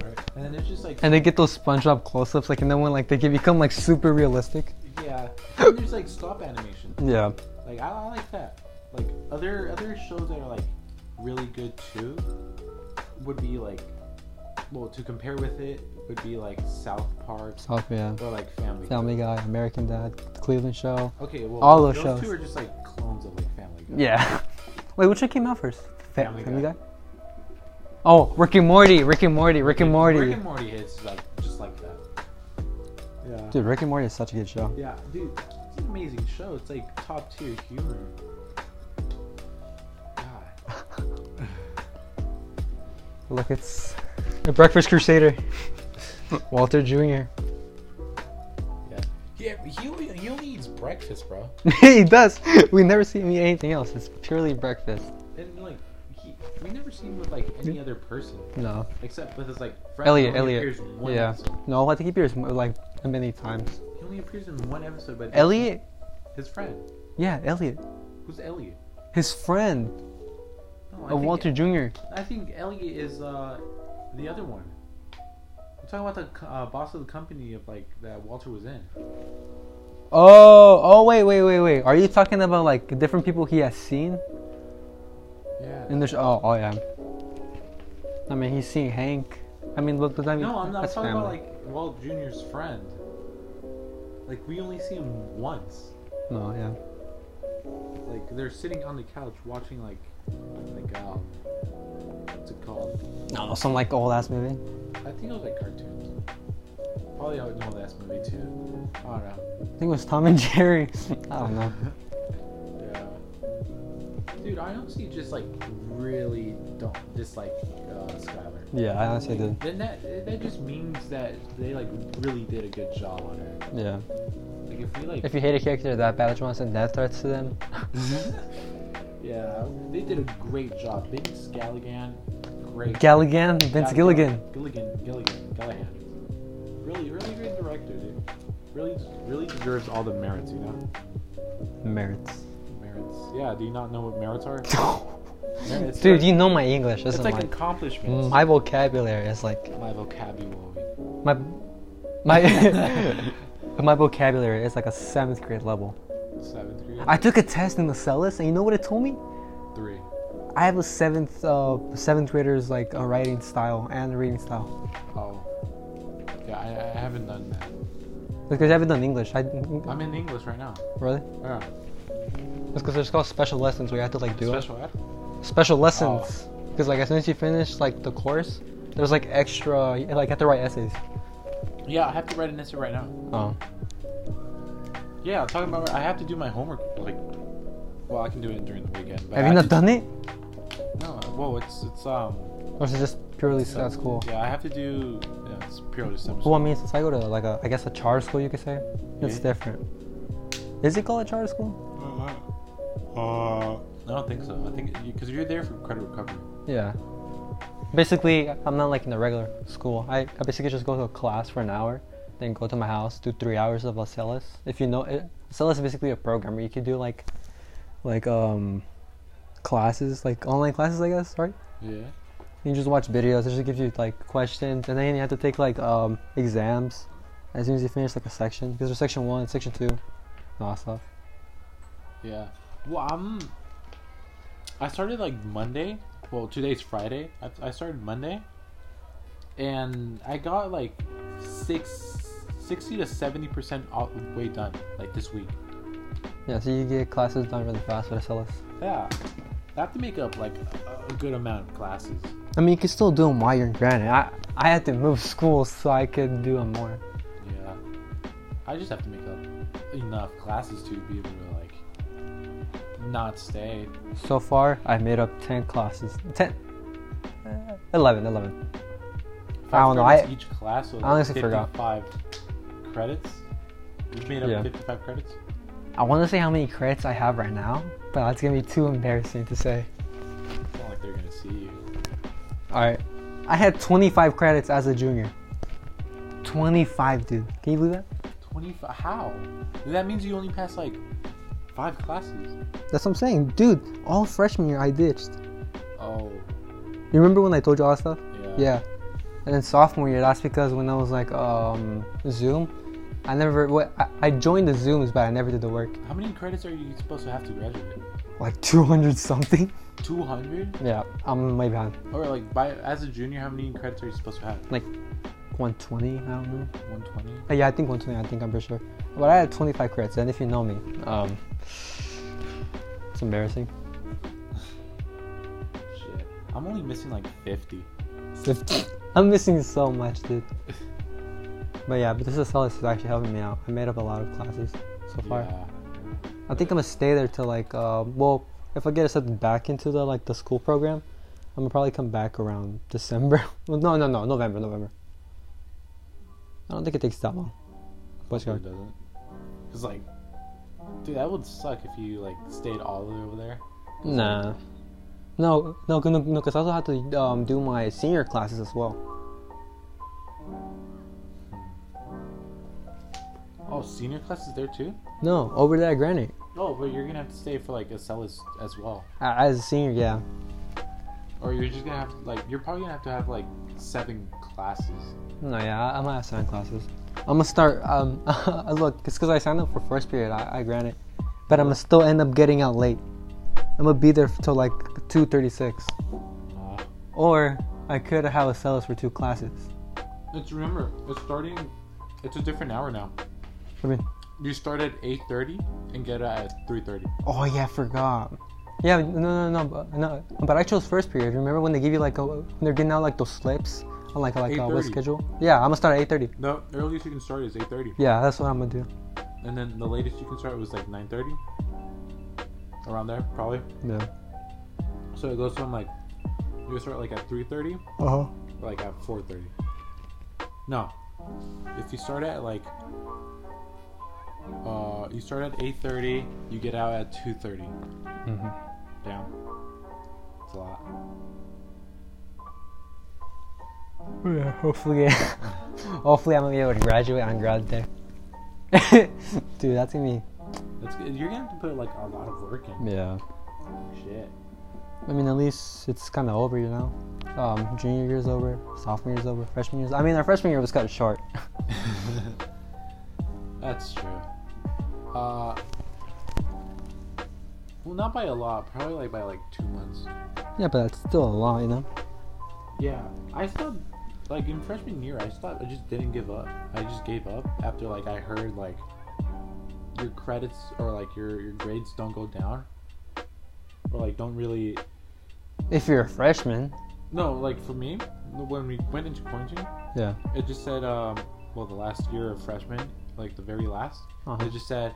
S1: Right. And then it's just like
S2: and they get those SpongeBob close-ups like and then when like they get, become like super realistic
S1: yeah, and there's like stop animation.
S2: yeah.
S1: Like I, I like that. Like other other shows that are like really good too would be like well to compare with it would be like South Park
S2: South yeah.
S1: or like Family. Guy.
S2: Family Guy, American Dad, The Cleveland Show.
S1: Okay, well
S2: All
S1: those,
S2: those
S1: two
S2: shows.
S1: are just like clones of like Family Guy.
S2: Yeah. Wait, which one came out first? Fa-
S1: Family
S2: Family,
S1: Guy.
S2: Guy. Oh, Rick and Morty, Rick and Morty, Rick and Morty.
S1: Rick and Morty hits like just like that. Yeah.
S2: Dude, Rick and Morty is such a good show.
S1: Yeah, dude, it's an amazing show. It's like top tier humor. God.
S2: Look, it's The Breakfast Crusader. Walter Jr.
S1: Yeah. Yeah, he, only- he only eats breakfast, bro.
S2: he does. We never see him eat anything else. It's purely breakfast.
S1: And like, he, we never see him with like any other person
S2: No.
S1: except with his like friend.
S2: Elliot,
S1: He only
S2: Elliot.
S1: Appears one
S2: Yeah.
S1: Episode.
S2: No, I think he appears like many times.
S1: He only appears in one episode, but
S2: Elliot?
S1: his friend.
S2: Yeah, Elliot.
S1: Who's Elliot?
S2: His friend,
S1: No,
S2: uh, Walter Jr.
S1: I think Elliot is uh, the other one. I'm talking about the co- uh, boss of the company of like that Walter was in.
S2: Oh, oh, wait, wait, wait, wait. Are you talking about like different people he has seen
S1: Yeah.
S2: in the show? Oh, oh yeah. I mean, he's seen Hank. I mean, look, I mean,
S1: No, I'm not
S2: that's
S1: talking
S2: family.
S1: about like Walt Jr.'s friend. Like we only see him once.
S2: No, yeah.
S1: Like they're sitting on the couch watching like like um what's it called?
S2: No, some like old ass movie.
S1: I think it was like cartoons. Probably I would know that movie too. I don't know.
S2: I think it was Tom and Jerry. I don't know.
S1: Yeah. Dude, I honestly just like really don't dislike uh, Skylar.
S2: Yeah, I honestly did.
S1: Then that that just means that they like really did a good job on her.
S2: Yeah.
S1: Like if we like,
S2: If you hate a character that bad, you want to send death threats to them. Mm-hmm.
S1: yeah, they did a great job. Vince Galligan, great.
S2: Galligan, Vince
S1: Galligan.
S2: Gilligan.
S1: Gilligan, Gilligan, Gallahan. Really, really great director, dude. Really, really deserves all the merits, you know.
S2: Merits.
S1: Merits. Yeah. Do you not know what merits are? Merits
S2: Dude,
S1: are-
S2: you know my English. This
S1: It's
S2: is
S1: like
S2: like Mm,
S1: accomplishments.
S2: my vocabulary is like
S1: My vocabulary.
S2: my my my vocabulary is like a seventh grade level.
S1: Seventh grade.
S2: I took a test in the cellus, and you know what it told me?
S1: Three.
S2: I have a seventh uh, seventh grader's like a writing style and a reading style.
S1: Oh. Yeah, I, I haven't done that.
S2: Because I haven't done English. I
S1: I'm in English right now.
S2: really.
S1: Yeah.
S2: That's because there's called special lessons where you have to like do
S1: Special Oh. ed?
S2: it. Special lessons. Because like as soon as you finish like the course, there's like extra. Like you have to write essays.
S1: Yeah, I have to write an essay right now.
S2: Oh.
S1: Yeah, talking about I have to do my homework like well, I can do it during the weekend. But
S2: Have you
S1: I
S2: not done it?
S1: No, whoa, it's it's um
S2: Or is it just purely at school?
S1: Yeah, I have to do yeah, it's purely semester.
S2: Well, I mean, since I go to like a, I guess a charter school, you could say, it's
S1: Yeah.
S2: different. Is it called a charter school?
S1: Uh, I don't think so. I think because you're there for credit recovery.
S2: Yeah. Basically, I'm not like in the regular school. I, I basically just go to a class for an hour, then go to my house, do three hours of Acellus. If you know, it, Acellus is basically a program where you could do like, like um, classes, like online classes, I guess, right?
S1: Yeah.
S2: You just watch videos. It just gives you like questions, and then you have to take like um exams as soon as you finish like a section. Because there's section one, section two, and all that stuff.
S1: Yeah. Well, I'm. I started like Monday. Well, today's Friday. I, I started Monday, and I got like six, 60 to seventy percent all the way done like this week.
S2: Yeah, so you get classes done really fast with SLS.
S1: Yeah, I have to make up like a, a good amount of classes.
S2: I mean, you can still do them while you're in granite. I, I had to move schools so I could do them more.
S1: Yeah, I just have to make up enough classes to be able to like not stay.
S2: So far, I made up 10 classes. 10. uh, 11, 11. I don't know, I-
S1: Each class was
S2: I honestly
S1: like,
S2: forgot.
S1: fifty-five credits. We've made up
S2: Yeah.
S1: fifty-five credits.
S2: I want to say how many credits I have right now, but that's going to be too embarrassing to say.
S1: It's not like they're gonna see you.
S2: Alright. I had 25 credits as a junior. 25, dude. Can you believe that?
S1: Twenty-five? How? That means you only passed like five classes.
S2: That's what I'm saying. Dude, all freshman year I ditched.
S1: Oh,
S2: You remember when I told you all that stuff?
S1: yeah.
S2: Yeah. And then sophomore year, that's because when I was like um, Zoom, I never what I, I joined the Zooms, but I never did the work.
S1: How many credits are you supposed to have to graduate?
S2: Like 200 something.
S1: Two hundred?
S2: Yeah, I'm way behind.
S1: Or like by as a junior, how many credits are you supposed to have?
S2: Like 120. I don't know.
S1: One twenty.
S2: Uh, yeah, I think 120. I think I'm pretty sure. But I had 25 credits, and if you know me, um, it's embarrassing.
S1: Shit. I'm only missing like fifty.
S2: 50. I'm missing so much, dude. But yeah, but this is Solus is actually helping me out. I made up a lot of classes so far.
S1: Yeah.
S2: I think I'm gonna stay there till like, uh, well, if I get accepted back into the like the school program, I'm gonna probably come back around December. Well, no, no, no, November, November. I don't think it takes that long. What's
S1: Sure it
S2: going?
S1: doesn't. Cause like, dude, that would suck if you like stayed all the way over there.
S2: Nah. No, no, no, no, because I also have to um, do my senior classes as well.
S1: Oh, senior class is there too.
S2: No, over there at Granite.
S1: Oh, but you're gonna have to stay for like a cellist as well.
S2: A- As a senior, yeah.
S1: Or you're just gonna have to like you're probably gonna have to have like seven classes.
S2: No, yeah, I, I might have signed classes. I'm gonna start. Um, look, it's because I signed up for first period. I, I grant it, but I'm gonna still end up getting out late. I'm gonna be there till like two thirty-six,
S1: Uh,
S2: or I could have a cellist for two classes.
S1: it's remember, it's starting. It's a different hour now.
S2: I mean,
S1: You start at eight thirty and get out at three thirty.
S2: oh yeah, I forgot. Yeah, no, no, no, but, no. But I chose first period. Remember when they give you like a, when they're getting out like those slips on like like uh, what
S1: 8:30.
S2: schedule? Yeah, I'm gonna start at eight thirty.
S1: The earliest you can start is eight thirty,
S2: Yeah, that's what I'm gonna do.
S1: and then the latest you can start was like nine thirty. Around there, probably.
S2: Yeah.
S1: So it goes from like you start like at three thirty,
S2: Uh huh.
S1: like at four thirty. No, if you start at like uh, you start at eight thirty, you get out at two thirty.
S2: Mm-hmm.
S1: Damn, it's a lot.
S2: Yeah, hopefully, hopefully I'm gonna be able to graduate on grad day. Dude, that's gonna
S1: That's good. You're gonna have to put like a lot of work in.
S2: be yeah.
S1: Shit.
S2: I mean, at least it's kind of over, you know. Um, junior year's over, sophomore year's over, freshman year's. I mean, our freshman year was cut short.
S1: That's true. Uh, well, not by a lot. Probably like by like two months.
S2: yeah, but that's still a lot, you know.
S1: Yeah, I stopped. Like in freshman year, I stopped. I just didn't give up. I just gave up after like I heard like your credits or like your your grades don't go down or like don't really.
S2: If you're a freshman,
S1: No, like for me, when we went into quarantine,
S2: yeah.
S1: it just said um well the last year of freshman like the very last
S2: Uh-huh.
S1: it just said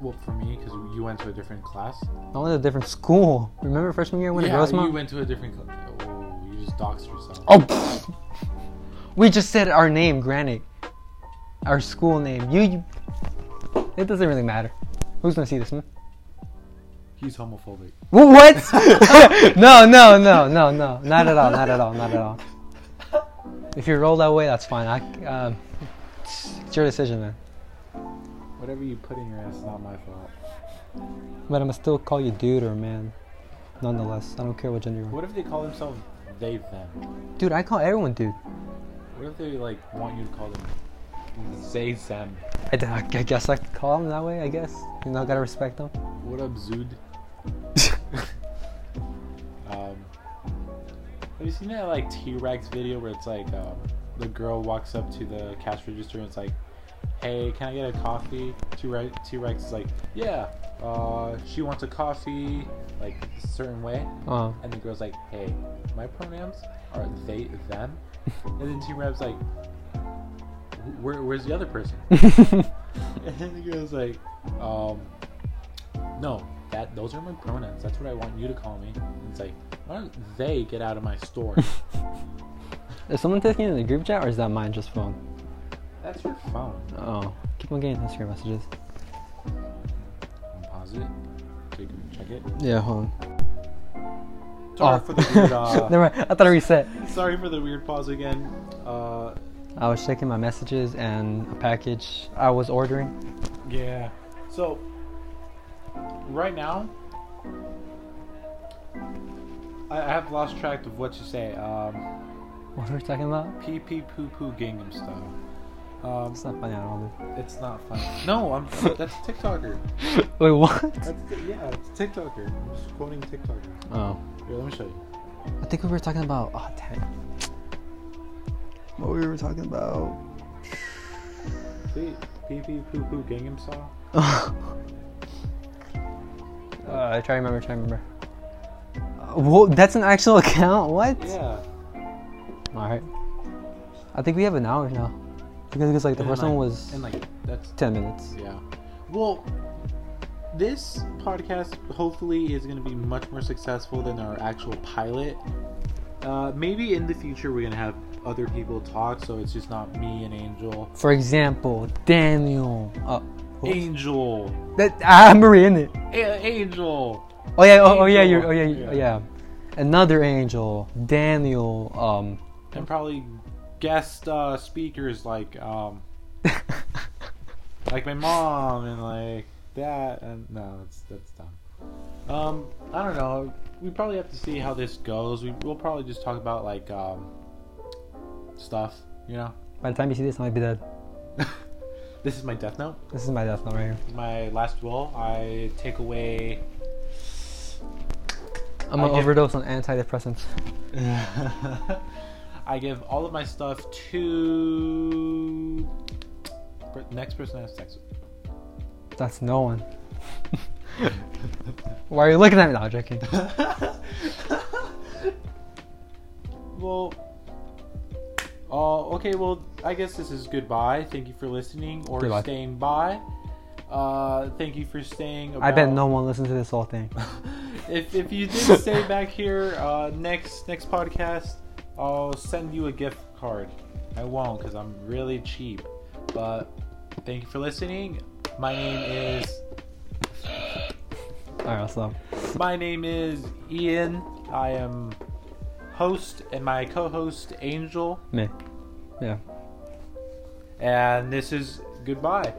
S1: well for me because you went to a different class
S2: I went to a different school. Remember freshman year when
S1: yeah
S2: yeah, girls
S1: you
S2: mom?
S1: went to a different class oh you just doxed yourself
S2: oh, pfft. we just said our name, Granite. Our school name. You, you. It doesn't really matter. Who's gonna see this? Hmm?
S1: he's homophobic
S2: Wh- What? no, no, no, no, no. Not at all. Not at all. Not at all. If you roll that way, that's fine. I, um, it's your decision, man.
S1: whatever you put in your ass is not my fault
S2: But I'ma still call you dude or man. Nonetheless, I don't care what gender you are.
S1: what if they call themselves they them
S2: Dude, I call everyone dude.
S1: what if they like want you to call them they them
S2: I, d- I guess I could call them that way. I guess you know, gotta respect them.
S1: what up zood um have you seen that like T-Rex video where it's like um, the girl walks up to the cash register and it's like, "Hey, can I get a coffee?" T-Rex, T-Rex is like, "Yeah." Uh, she wants a coffee, like a certain way,
S2: Uh,
S1: and the girl's like, "Hey, my pronouns are they, them," and then T-Rex like, "Wh- "Where, where's the other person?" and then the girl's like, um, no, that those are my pronouns. That's what I want you to call me. And it's like, why don't they get out of my store?
S2: is someone taking it in the group chat or is that mine just phone?
S1: That's your phone.
S2: Oh, keep on getting Instagram messages.
S1: Pause it. Take it, check it. Oh.
S2: Yeah, hold on.
S1: Sorry for the weird. Uh,
S2: Oh. Never mind. I thought I reset.
S1: sorry for the weird pause again. Uh,
S2: I was checking my messages and a package I was ordering.
S1: yeah. So, right now, I, I have lost track of what you say. Um,
S2: What were we talking about?
S1: pee pee poo poo Gangnam Style. Um,
S2: It's not funny at all,
S1: It's not funny. No, I'm. That's TikToker.
S2: dude. Wait, what?
S1: That's yeah, it's TikToker. I'm just quoting TikToker.
S2: Oh.
S1: Here, let me show you.
S2: I think we were talking about. Oh, dang. What we were talking about.
S1: See, pee pee poo poo Gangnam Style.
S2: uh, I try to remember, try to remember. Uh, whoa, that's an actual account? What?
S1: Yeah.
S2: Alright. I think we have an hour now. Because, because like, the
S1: And
S2: first
S1: like-
S2: one was
S1: And like that's
S2: 10 minutes.
S1: yeah. Well, this podcast hopefully is going to be much more successful than our actual pilot. Uh, maybe in the future we're gonna have other people talk, so it's just not me and Angel.
S2: For example, Daniel. Uh, who-
S1: Angel,
S2: that, I'm already in it.
S1: A- Angel.
S2: Oh yeah, oh, oh yeah,
S1: Angel.
S2: you're, oh yeah, you- oh, yeah. Another angel, Daniel. Um,
S1: and probably guest uh, speakers like um like my mom and like that and no that's that's dumb um i don't know we probably have to see how this goes we, we'll probably just talk about like um stuff you know
S2: by the time you see this, I might be dead.
S1: this is my death note
S2: This is my death note right here.
S1: my last will i take away
S2: I'm
S1: I
S2: gonna
S1: get-
S2: overdose on antidepressants.
S1: i give all of my stuff to per- next person i have sex with
S2: That's no one. Why are you looking at me? No, I'm joking.
S1: well, uh, okay, well, I guess this is goodbye. Thank you for listening or
S2: Goodbye.
S1: staying by. Uh, thank you for staying. About,
S2: I bet no one listened to this whole thing.
S1: if, if you did stay back here uh, next next podcast, I'll send you a gift card. I won't because I'm really cheap. But thank you for listening. My name is
S2: Alright, I'll stop.
S1: my name is Ian. I am host and my co-host Angel,
S2: Me. Yeah.
S1: and this is goodbye.